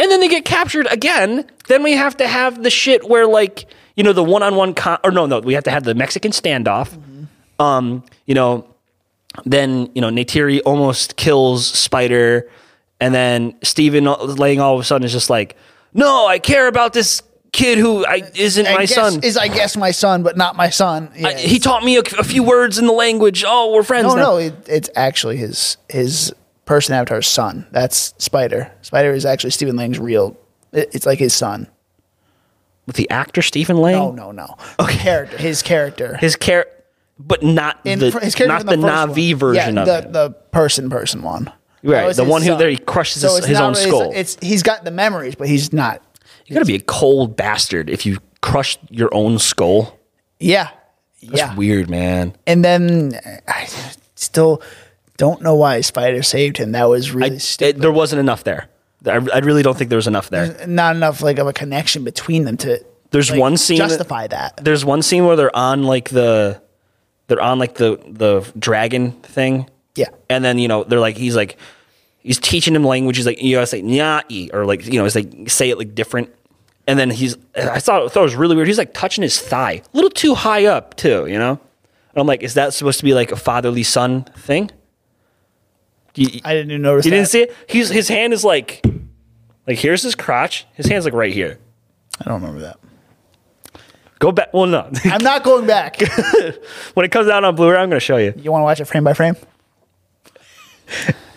[SPEAKER 1] And then they get captured again. Then we have to have the shit where like, you know, the one-on-one con- or no, no, we have to have the Mexican standoff. Um, you know, then you know Neytiri almost kills Spider, and then Steven Lang all of a sudden is just like, "No, I care about this kid who I isn't
[SPEAKER 2] I
[SPEAKER 1] my
[SPEAKER 2] guess,
[SPEAKER 1] son.
[SPEAKER 2] is I guess my son, but not my son. Yeah,
[SPEAKER 1] I- he taught me a, a few words in the language. Oh, we're friends
[SPEAKER 2] no,
[SPEAKER 1] now."
[SPEAKER 2] no, it, it's actually his his person avatar's son. That's Spider. Spider is actually Stephen Lang's real. it- it's like his son.
[SPEAKER 1] With the actor Stephen Lang,
[SPEAKER 2] No, no, no. Okay. Character, his character.
[SPEAKER 1] his care, but not
[SPEAKER 2] In
[SPEAKER 1] the
[SPEAKER 2] fr- his character
[SPEAKER 1] not
[SPEAKER 2] from
[SPEAKER 1] the,
[SPEAKER 2] first one.
[SPEAKER 1] Navi version
[SPEAKER 2] yeah,
[SPEAKER 1] of
[SPEAKER 2] the,
[SPEAKER 1] it.
[SPEAKER 2] the person person one.
[SPEAKER 1] Right,
[SPEAKER 2] That was
[SPEAKER 1] the
[SPEAKER 2] his
[SPEAKER 1] one who-
[SPEAKER 2] son.
[SPEAKER 1] there he crushes his-
[SPEAKER 2] it's
[SPEAKER 1] his
[SPEAKER 2] not
[SPEAKER 1] own
[SPEAKER 2] really-
[SPEAKER 1] skull.
[SPEAKER 2] It's, he's got the memories, but he's not.
[SPEAKER 1] you gotta be a cold bastard if you crush your own skull.
[SPEAKER 2] Yeah,
[SPEAKER 1] That's
[SPEAKER 2] yeah.
[SPEAKER 1] weird, man.
[SPEAKER 2] And then uh, I still don't know why Spider saved him. That was really stupid.
[SPEAKER 1] It- there wasn't enough there. I, I really don't think there was enough there.
[SPEAKER 2] not enough like of a connection between them to.
[SPEAKER 1] There's
[SPEAKER 2] like,
[SPEAKER 1] one scene that-
[SPEAKER 2] justify that.
[SPEAKER 1] there's one scene where they're on like the they're on like the the dragon thing.
[SPEAKER 2] Yeah.
[SPEAKER 1] And then, you know, they're like he's like he's teaching him language. He's like, you gotta say nyai or like, you know, it's like say it like different. And then he's I thought, I thought it was really weird. He's like touching his thigh. A little too high up too, you know? And I'm like, is that supposed to be like a fatherly son thing? You-
[SPEAKER 2] I didn't even notice.
[SPEAKER 1] you didn't
[SPEAKER 2] that.
[SPEAKER 1] see it? He's his hand is like like here's his crotch. His hand's like right here.
[SPEAKER 2] I don't remember that.
[SPEAKER 1] Go back. Well, no.
[SPEAKER 2] I'm not going back.
[SPEAKER 1] when it comes out on Blu-ray, I'm going to show you.
[SPEAKER 2] you want to watch it frame by frame?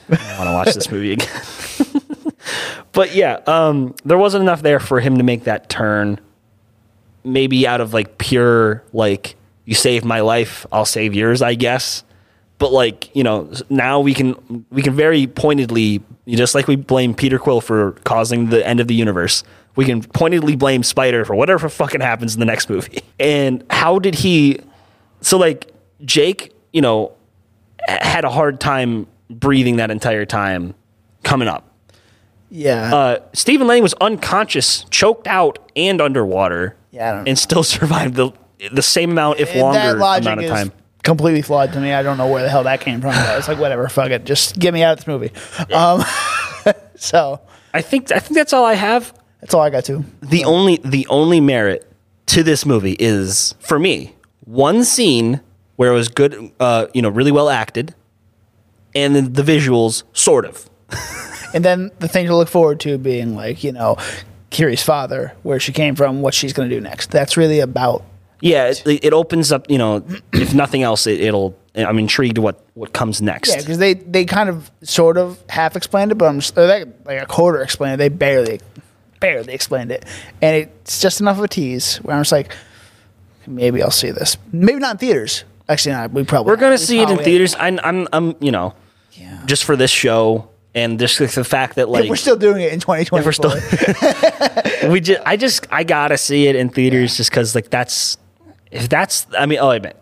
[SPEAKER 1] I want to watch this movie again. but yeah, um, there wasn't enough there for him to make that turn. Maybe out of like pure like you saved my life, I'll save yours, I guess. But like you know, now we can we can very pointedly, just like we blame Peter Quill for causing the end of the universe, we can pointedly blame Spider for whatever fucking happens in the next movie. And how did he? So like Jake, you know, had a hard time breathing that entire time coming up.
[SPEAKER 2] Yeah.
[SPEAKER 1] Uh, Stephen Lang was unconscious, choked out, and underwater,
[SPEAKER 2] Yeah, I don't know.
[SPEAKER 1] and still survived the the same amount, if
[SPEAKER 2] And
[SPEAKER 1] longer,
[SPEAKER 2] that logic
[SPEAKER 1] amount of
[SPEAKER 2] is
[SPEAKER 1] time.
[SPEAKER 2] completely flawed to me. I don't know where the hell that came from. But it's like whatever, fuck it, just get me out of this movie. Um, so
[SPEAKER 1] I think I think that's all I have.
[SPEAKER 2] that's all I got to.
[SPEAKER 1] The only the only merit to this movie is for me one scene where it was good, uh, you know, really well acted, and then the visuals sort of.
[SPEAKER 2] And then the thing to look forward to being like you know, Kiri's father, where she came from, what she's gonna do next. That's really about.
[SPEAKER 1] Yeah, it, it opens up. You know, if nothing else, it, it'll. I'm intrigued what what comes next.
[SPEAKER 2] Yeah, because they, they kind of sort of half explained it, but I'm just, or they, like a quarter explained it. They barely, barely explained it, and it's just enough of a tease where I'm just like, maybe I'll see this. Maybe not in theaters. Actually, not. We probably
[SPEAKER 1] We're gonna
[SPEAKER 2] we
[SPEAKER 1] see it in
[SPEAKER 2] probably-
[SPEAKER 1] theaters. I, I'm, I'm, you know, just for this show and just like the fact that like
[SPEAKER 2] we're still doing it in 2020.
[SPEAKER 1] we're still- we just, I just, I gotta see it in theaters just because like that's if that's, I mean, oh, I admit,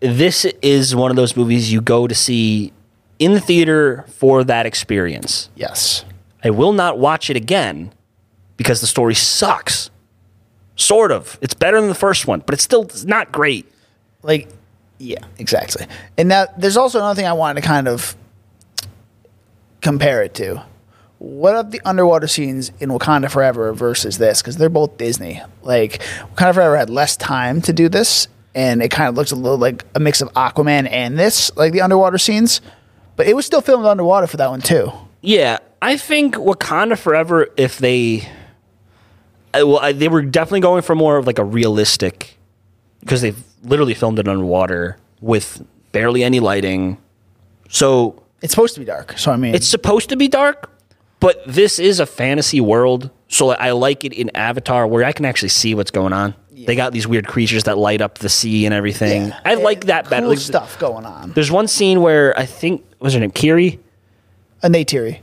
[SPEAKER 1] this is one of those movies you go to see in the theater for that experience.
[SPEAKER 2] yes.
[SPEAKER 1] I will not watch it again because the story sucks. Sort of. It's better than the first one, but it's still not great.
[SPEAKER 2] Like, yeah, exactly. And now there's also another thing I wanted to kind of compare it to. What of the underwater scenes in Wakanda Forever versus this? Because they're both Disney. Like, Wakanda Forever had less time to do this, and it kind of looks a little like a mix of Aquaman and this, like the underwater scenes. But it was still filmed underwater for that one, too.
[SPEAKER 1] Yeah, I think Wakanda Forever. If they, I, well, I, they were definitely going for more of like a realistic, because they've literally filmed it underwater with barely any lighting. So
[SPEAKER 2] It's supposed to be dark. So, I mean,
[SPEAKER 1] it's supposed to be dark, but this is a fantasy world. So I like it in Avatar where I can actually see what's going on. They got these weird creatures that light up the sea and everything.
[SPEAKER 2] yeah.
[SPEAKER 1] I like that
[SPEAKER 2] cool
[SPEAKER 1] better. Like,
[SPEAKER 2] stuff going on.
[SPEAKER 1] There's one scene where I think what was her name Kiri?
[SPEAKER 2] And Neytiri.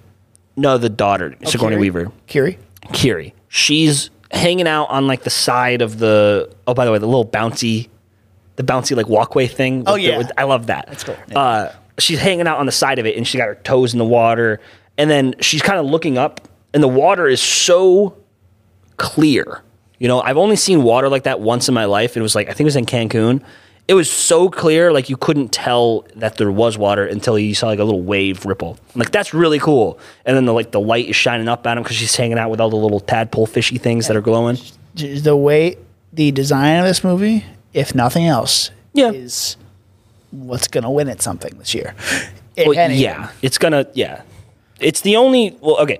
[SPEAKER 1] No, the daughter Sigourney
[SPEAKER 2] Oh, Kiri?
[SPEAKER 1] Weaver.
[SPEAKER 2] Kiri.
[SPEAKER 1] Kiri. She's hanging out on like the side of the. Oh, by the way, the little bouncy, the bouncy like walkway thing.
[SPEAKER 2] Oh,
[SPEAKER 1] with the-
[SPEAKER 2] yeah.
[SPEAKER 1] with- I love that.
[SPEAKER 2] That's cool.
[SPEAKER 1] Uh, she's hanging out on the side of it, and she got her toes in the water, and then she's kind of looking up, and the water is so clear You know, I've only seen water like that once in my life. It was like I think it was in Cancun. It was so clear, like you couldn't tell that there was water until you saw like a little wave ripple. I'm like that's really cool. And then the like the light is shining up at him because she's hanging out with all the little tadpole fishy things that are glowing.
[SPEAKER 2] J- The way the design of this movie, if nothing else,
[SPEAKER 1] Yeah.
[SPEAKER 2] is what's going to win it something this year. If
[SPEAKER 1] Well,
[SPEAKER 2] anything.
[SPEAKER 1] yeah, it's gonna. Yeah, it's the only. Well, okay,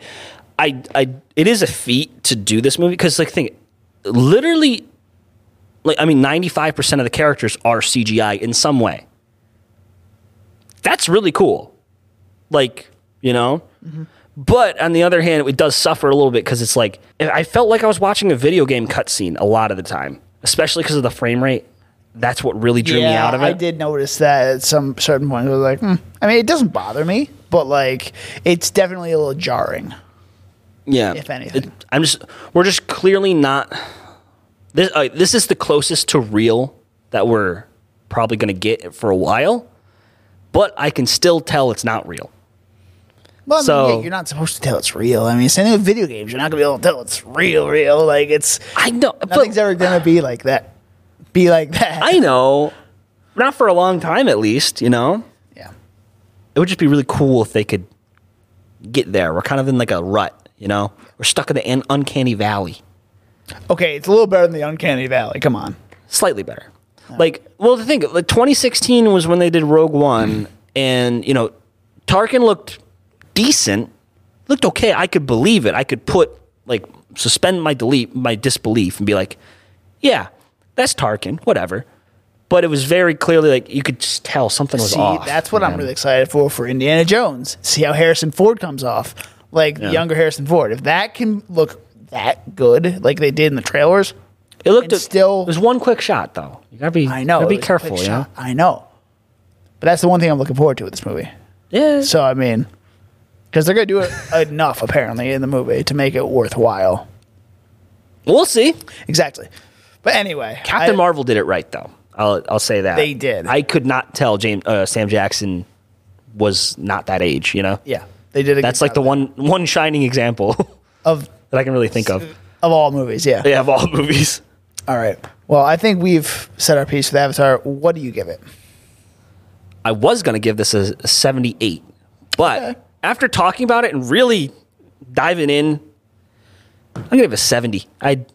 [SPEAKER 1] I, I, it is a feat to do this movie because, like, think, literally, like, I mean, ninety five percent of the characters are CGI in some way. That's really cool, like you know.
[SPEAKER 2] Mm-hmm.
[SPEAKER 1] But on the other hand, it does suffer a little bit because it's like I felt like I was watching a video game cutscene a lot of the time, especially because of the frame rate. That's what really drew me
[SPEAKER 2] Yeah,
[SPEAKER 1] out of it.
[SPEAKER 2] I did notice that at some certain point. I was like, hmm. I mean, it doesn't bother me, but like, it's definitely a little jarring.
[SPEAKER 1] Yeah.
[SPEAKER 2] if anything.
[SPEAKER 1] It- I'm just we're just clearly not this uh, this is the closest to real that we're probably going to get for a while. But I can still tell it's not real.
[SPEAKER 2] Well, I mean,
[SPEAKER 1] So-
[SPEAKER 2] yeah, you're not supposed to tell it's real. I mean, same thing with video games. You're not gonna be able to tell it's real, real. Like it's
[SPEAKER 1] I know.
[SPEAKER 2] nothing's
[SPEAKER 1] but,
[SPEAKER 2] ever gonna be like that. Be like that.
[SPEAKER 1] I know. Not for a long time at least, you know.
[SPEAKER 2] yeah.
[SPEAKER 1] It would just be really cool if they could get there. We're kind of in like a rut, you know. We're stuck in the un- uncanny valley.
[SPEAKER 2] Okay, it's a little better than the Uncanny Valley. Come on.
[SPEAKER 1] slightly better. Like, well, the thing, like 2016 was when they did Rogue One, and you know, Tarkin looked decent, looked okay. I could believe it. I could put like suspend my delete my disbelief and be like, yeah, that's Tarkin, whatever. But it was very clearly like you could just tell something was
[SPEAKER 2] See,
[SPEAKER 1] off.
[SPEAKER 2] that's what I'm
[SPEAKER 1] man.
[SPEAKER 2] really excited for for Indiana Jones. See how Harrison Ford comes off, like the younger Harrison Ford. If that can look that good, like they did in the trailers,
[SPEAKER 1] It looked
[SPEAKER 2] and still-
[SPEAKER 1] It was one quick shot though. You gotta be.
[SPEAKER 2] I know.
[SPEAKER 1] Gotta
[SPEAKER 2] it
[SPEAKER 1] be
[SPEAKER 2] was a
[SPEAKER 1] careful.
[SPEAKER 2] quick
[SPEAKER 1] You know?
[SPEAKER 2] shot. I know. But that's the one thing I'm looking forward to with this movie.
[SPEAKER 1] Yeah.
[SPEAKER 2] So I mean, because they're gonna do it enough apparently in the movie to make it worthwhile.
[SPEAKER 1] we'll see.
[SPEAKER 2] Exactly. But anyway,
[SPEAKER 1] Captain
[SPEAKER 2] I-
[SPEAKER 1] Marvel did it right, though. I'll I'll say that
[SPEAKER 2] They did.
[SPEAKER 1] I could not tell James uh, Sam Jackson was not that age. You know,
[SPEAKER 2] Yeah, they did. A
[SPEAKER 1] that's
[SPEAKER 2] good
[SPEAKER 1] like the
[SPEAKER 2] job
[SPEAKER 1] one one shining example
[SPEAKER 2] of
[SPEAKER 1] that I can really think of.
[SPEAKER 2] of all movies. Yeah.
[SPEAKER 1] They have all movies.
[SPEAKER 2] All right. Well, I think we've set our piece with Avatar. What do you give it?
[SPEAKER 1] I was gonna give this a, a seventy-eight, but after talking about it and really diving in, I'm gonna give it a seventy. I.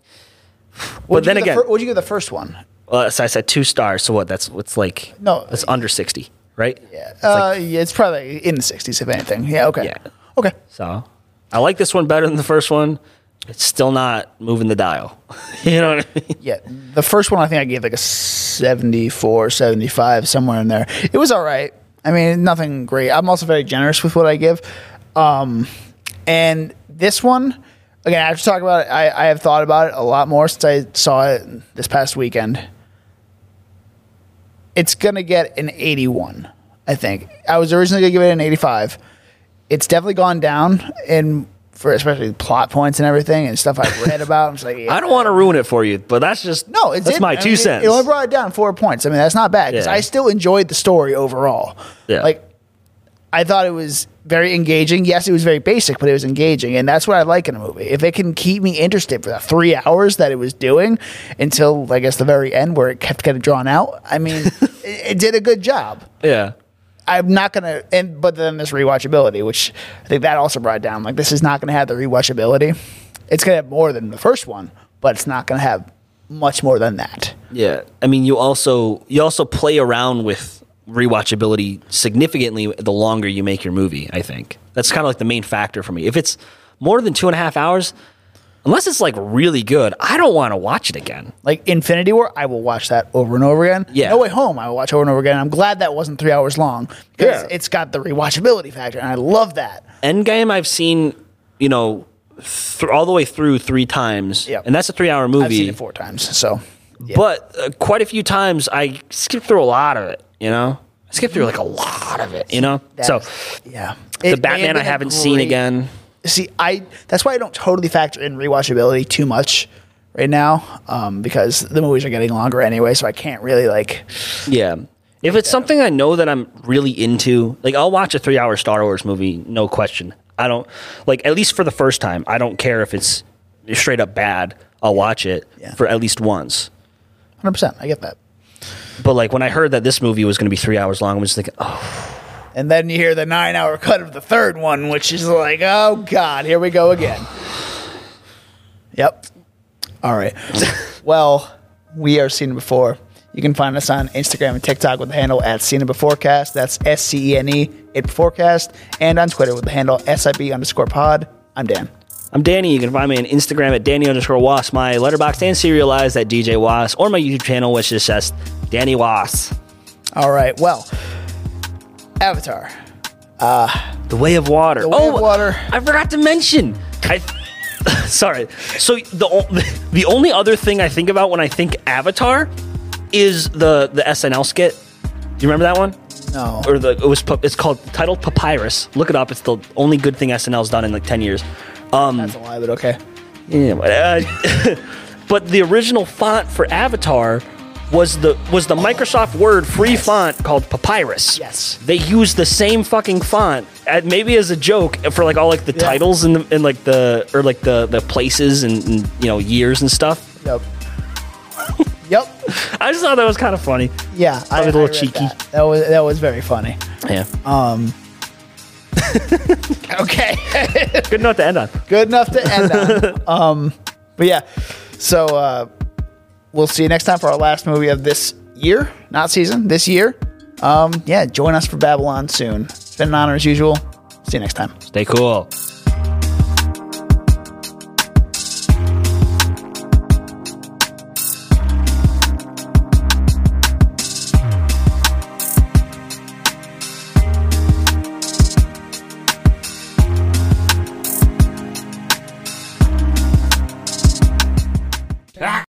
[SPEAKER 2] What'd
[SPEAKER 1] But then
[SPEAKER 2] you give the
[SPEAKER 1] again,
[SPEAKER 2] fir- what'd you give the first one?
[SPEAKER 1] uh, so I said two stars. So what? That's what's like.
[SPEAKER 2] No.
[SPEAKER 1] that's under sixty, right?
[SPEAKER 2] Yeah, it's, uh, yeah, it's probably in the sixties if anything. Yeah. Okay.
[SPEAKER 1] Yeah.
[SPEAKER 2] Okay.
[SPEAKER 1] So I like this one better than the first one. It's still not moving the dial. you know what I mean?
[SPEAKER 2] Yeah. The first one, I think I gave like a 74, 75, somewhere in there. It was all right. I mean, nothing great. I'm also very generous with what I give. Um, and this one, again, after talking about it, I, I have thought about it a lot more since I saw it this past weekend. It's going to get an 81, I think. I was originally going to give it an 85. It's definitely gone down in. For especially plot points and everything and stuff I've read about, I'm just like, yeah.
[SPEAKER 1] I don't want to ruin it for you, but that's just
[SPEAKER 2] No, it's
[SPEAKER 1] that's
[SPEAKER 2] it.
[SPEAKER 1] my
[SPEAKER 2] I
[SPEAKER 1] two
[SPEAKER 2] mean, it-
[SPEAKER 1] cents.
[SPEAKER 2] It only brought it down four points. I mean, that's not bad because
[SPEAKER 1] Yeah.
[SPEAKER 2] I still enjoyed the story overall.
[SPEAKER 1] Yeah.
[SPEAKER 2] Like, I thought it was very engaging. Yes, it was very basic, but it was engaging, and that's what I like in a movie. If it can keep me interested for the three hours that it was doing until, I guess, the very end where it kept getting drawn out. I mean, it, it did a good job.
[SPEAKER 1] yeah,
[SPEAKER 2] I'm not gonna, and but then this rewatchability, which I think that also brought it down. Like this is not gonna have the rewatchability. It's gonna have more than the first one, but it's not gonna have much more than that.
[SPEAKER 1] yeah. I mean, you also you also play around with rewatchability significantly the longer you make your movie. I think that's kind of like the main factor for me. If it's more than two and a half hours, unless it's like really good, I don't want to watch it again.
[SPEAKER 2] Like Infinity War, I will watch that over and over again.
[SPEAKER 1] Yeah.
[SPEAKER 2] No Way Home, I will watch over and over again. I'm glad that wasn't three hours long because
[SPEAKER 1] Yeah.
[SPEAKER 2] it's got the rewatchability factor, and I love that.
[SPEAKER 1] Endgame, I've seen, you know, th- all the way through three times,
[SPEAKER 2] Yep.
[SPEAKER 1] and that's a three-hour movie.
[SPEAKER 2] I've seen it four times, so
[SPEAKER 1] But uh, quite a few times, I skipped through a lot of it. You know, I skipped through like a lot of it. You know,
[SPEAKER 2] That
[SPEAKER 1] so
[SPEAKER 2] is- yeah,
[SPEAKER 1] the Batman I haven't seen again.
[SPEAKER 2] See, I that's why I don't totally factor in rewatchability too much right now um, because the movies are getting longer anyway, so I can't really like.
[SPEAKER 1] Yeah, if it's something I know that I'm really into, like I'll watch a three-hour Star Wars movie, no question. I don't like at least for the first time. I don't care if it's straight up bad. I'll watch it
[SPEAKER 2] Yeah.
[SPEAKER 1] for at least once.
[SPEAKER 2] Hundred percent. I get that.
[SPEAKER 1] But like when I heard that this movie was going to be three hours long, I was just thinking, oh,
[SPEAKER 2] And then you hear the nine hour cut of the third one, which is like, oh God, here we go again. Yep. All right. well, we are Seen It Before. You can find us on Instagram and TikTok with the handle at Seen It Beforecast. That's S C E N E, it Beforecast. And on Twitter with the handle SIB underscore pod. I'm Dan.
[SPEAKER 1] I'm Danny. You can find me on Instagram at Danny underscore Was, my letterbox and serialized at DJ Was, or my YouTube channel, which is just Danny Was.
[SPEAKER 2] All right. Well, Avatar.
[SPEAKER 1] The Way of Water. Oh,
[SPEAKER 2] Way of Water.
[SPEAKER 1] I forgot to mention. I sorry. So the o- the only other thing I think about when I think Avatar is the the SNL skit. Do you remember that one?
[SPEAKER 2] No.
[SPEAKER 1] Or the it was pu- it's called titled Papyrus. Look it up. It's the only good thing SNL's done in like ten years. Um,
[SPEAKER 2] That's a lie, but okay.
[SPEAKER 1] Yeah, but, uh, but the original font for Avatar was the was the Microsoft Word free font called Papyrus.
[SPEAKER 2] Yes.
[SPEAKER 1] they used the same fucking font, uh, maybe as a joke uh, for like all like the titles and the, and like the or like the the places and, and you know years and stuff.
[SPEAKER 2] Yep. yep.
[SPEAKER 1] I just thought that was kind of funny.
[SPEAKER 2] Yeah. I,
[SPEAKER 1] Probably a little
[SPEAKER 2] read
[SPEAKER 1] cheeky.
[SPEAKER 2] That. that was that was very funny.
[SPEAKER 1] Yeah,
[SPEAKER 2] Okay.
[SPEAKER 1] good note to end on.
[SPEAKER 2] Good enough to end on. Um, but yeah, so uh, we'll see you next time for our last movie of this year, not season, this year. Um, yeah, join us for Babylon soon. It's been an honor as usual. See you next time.
[SPEAKER 1] Stay cool.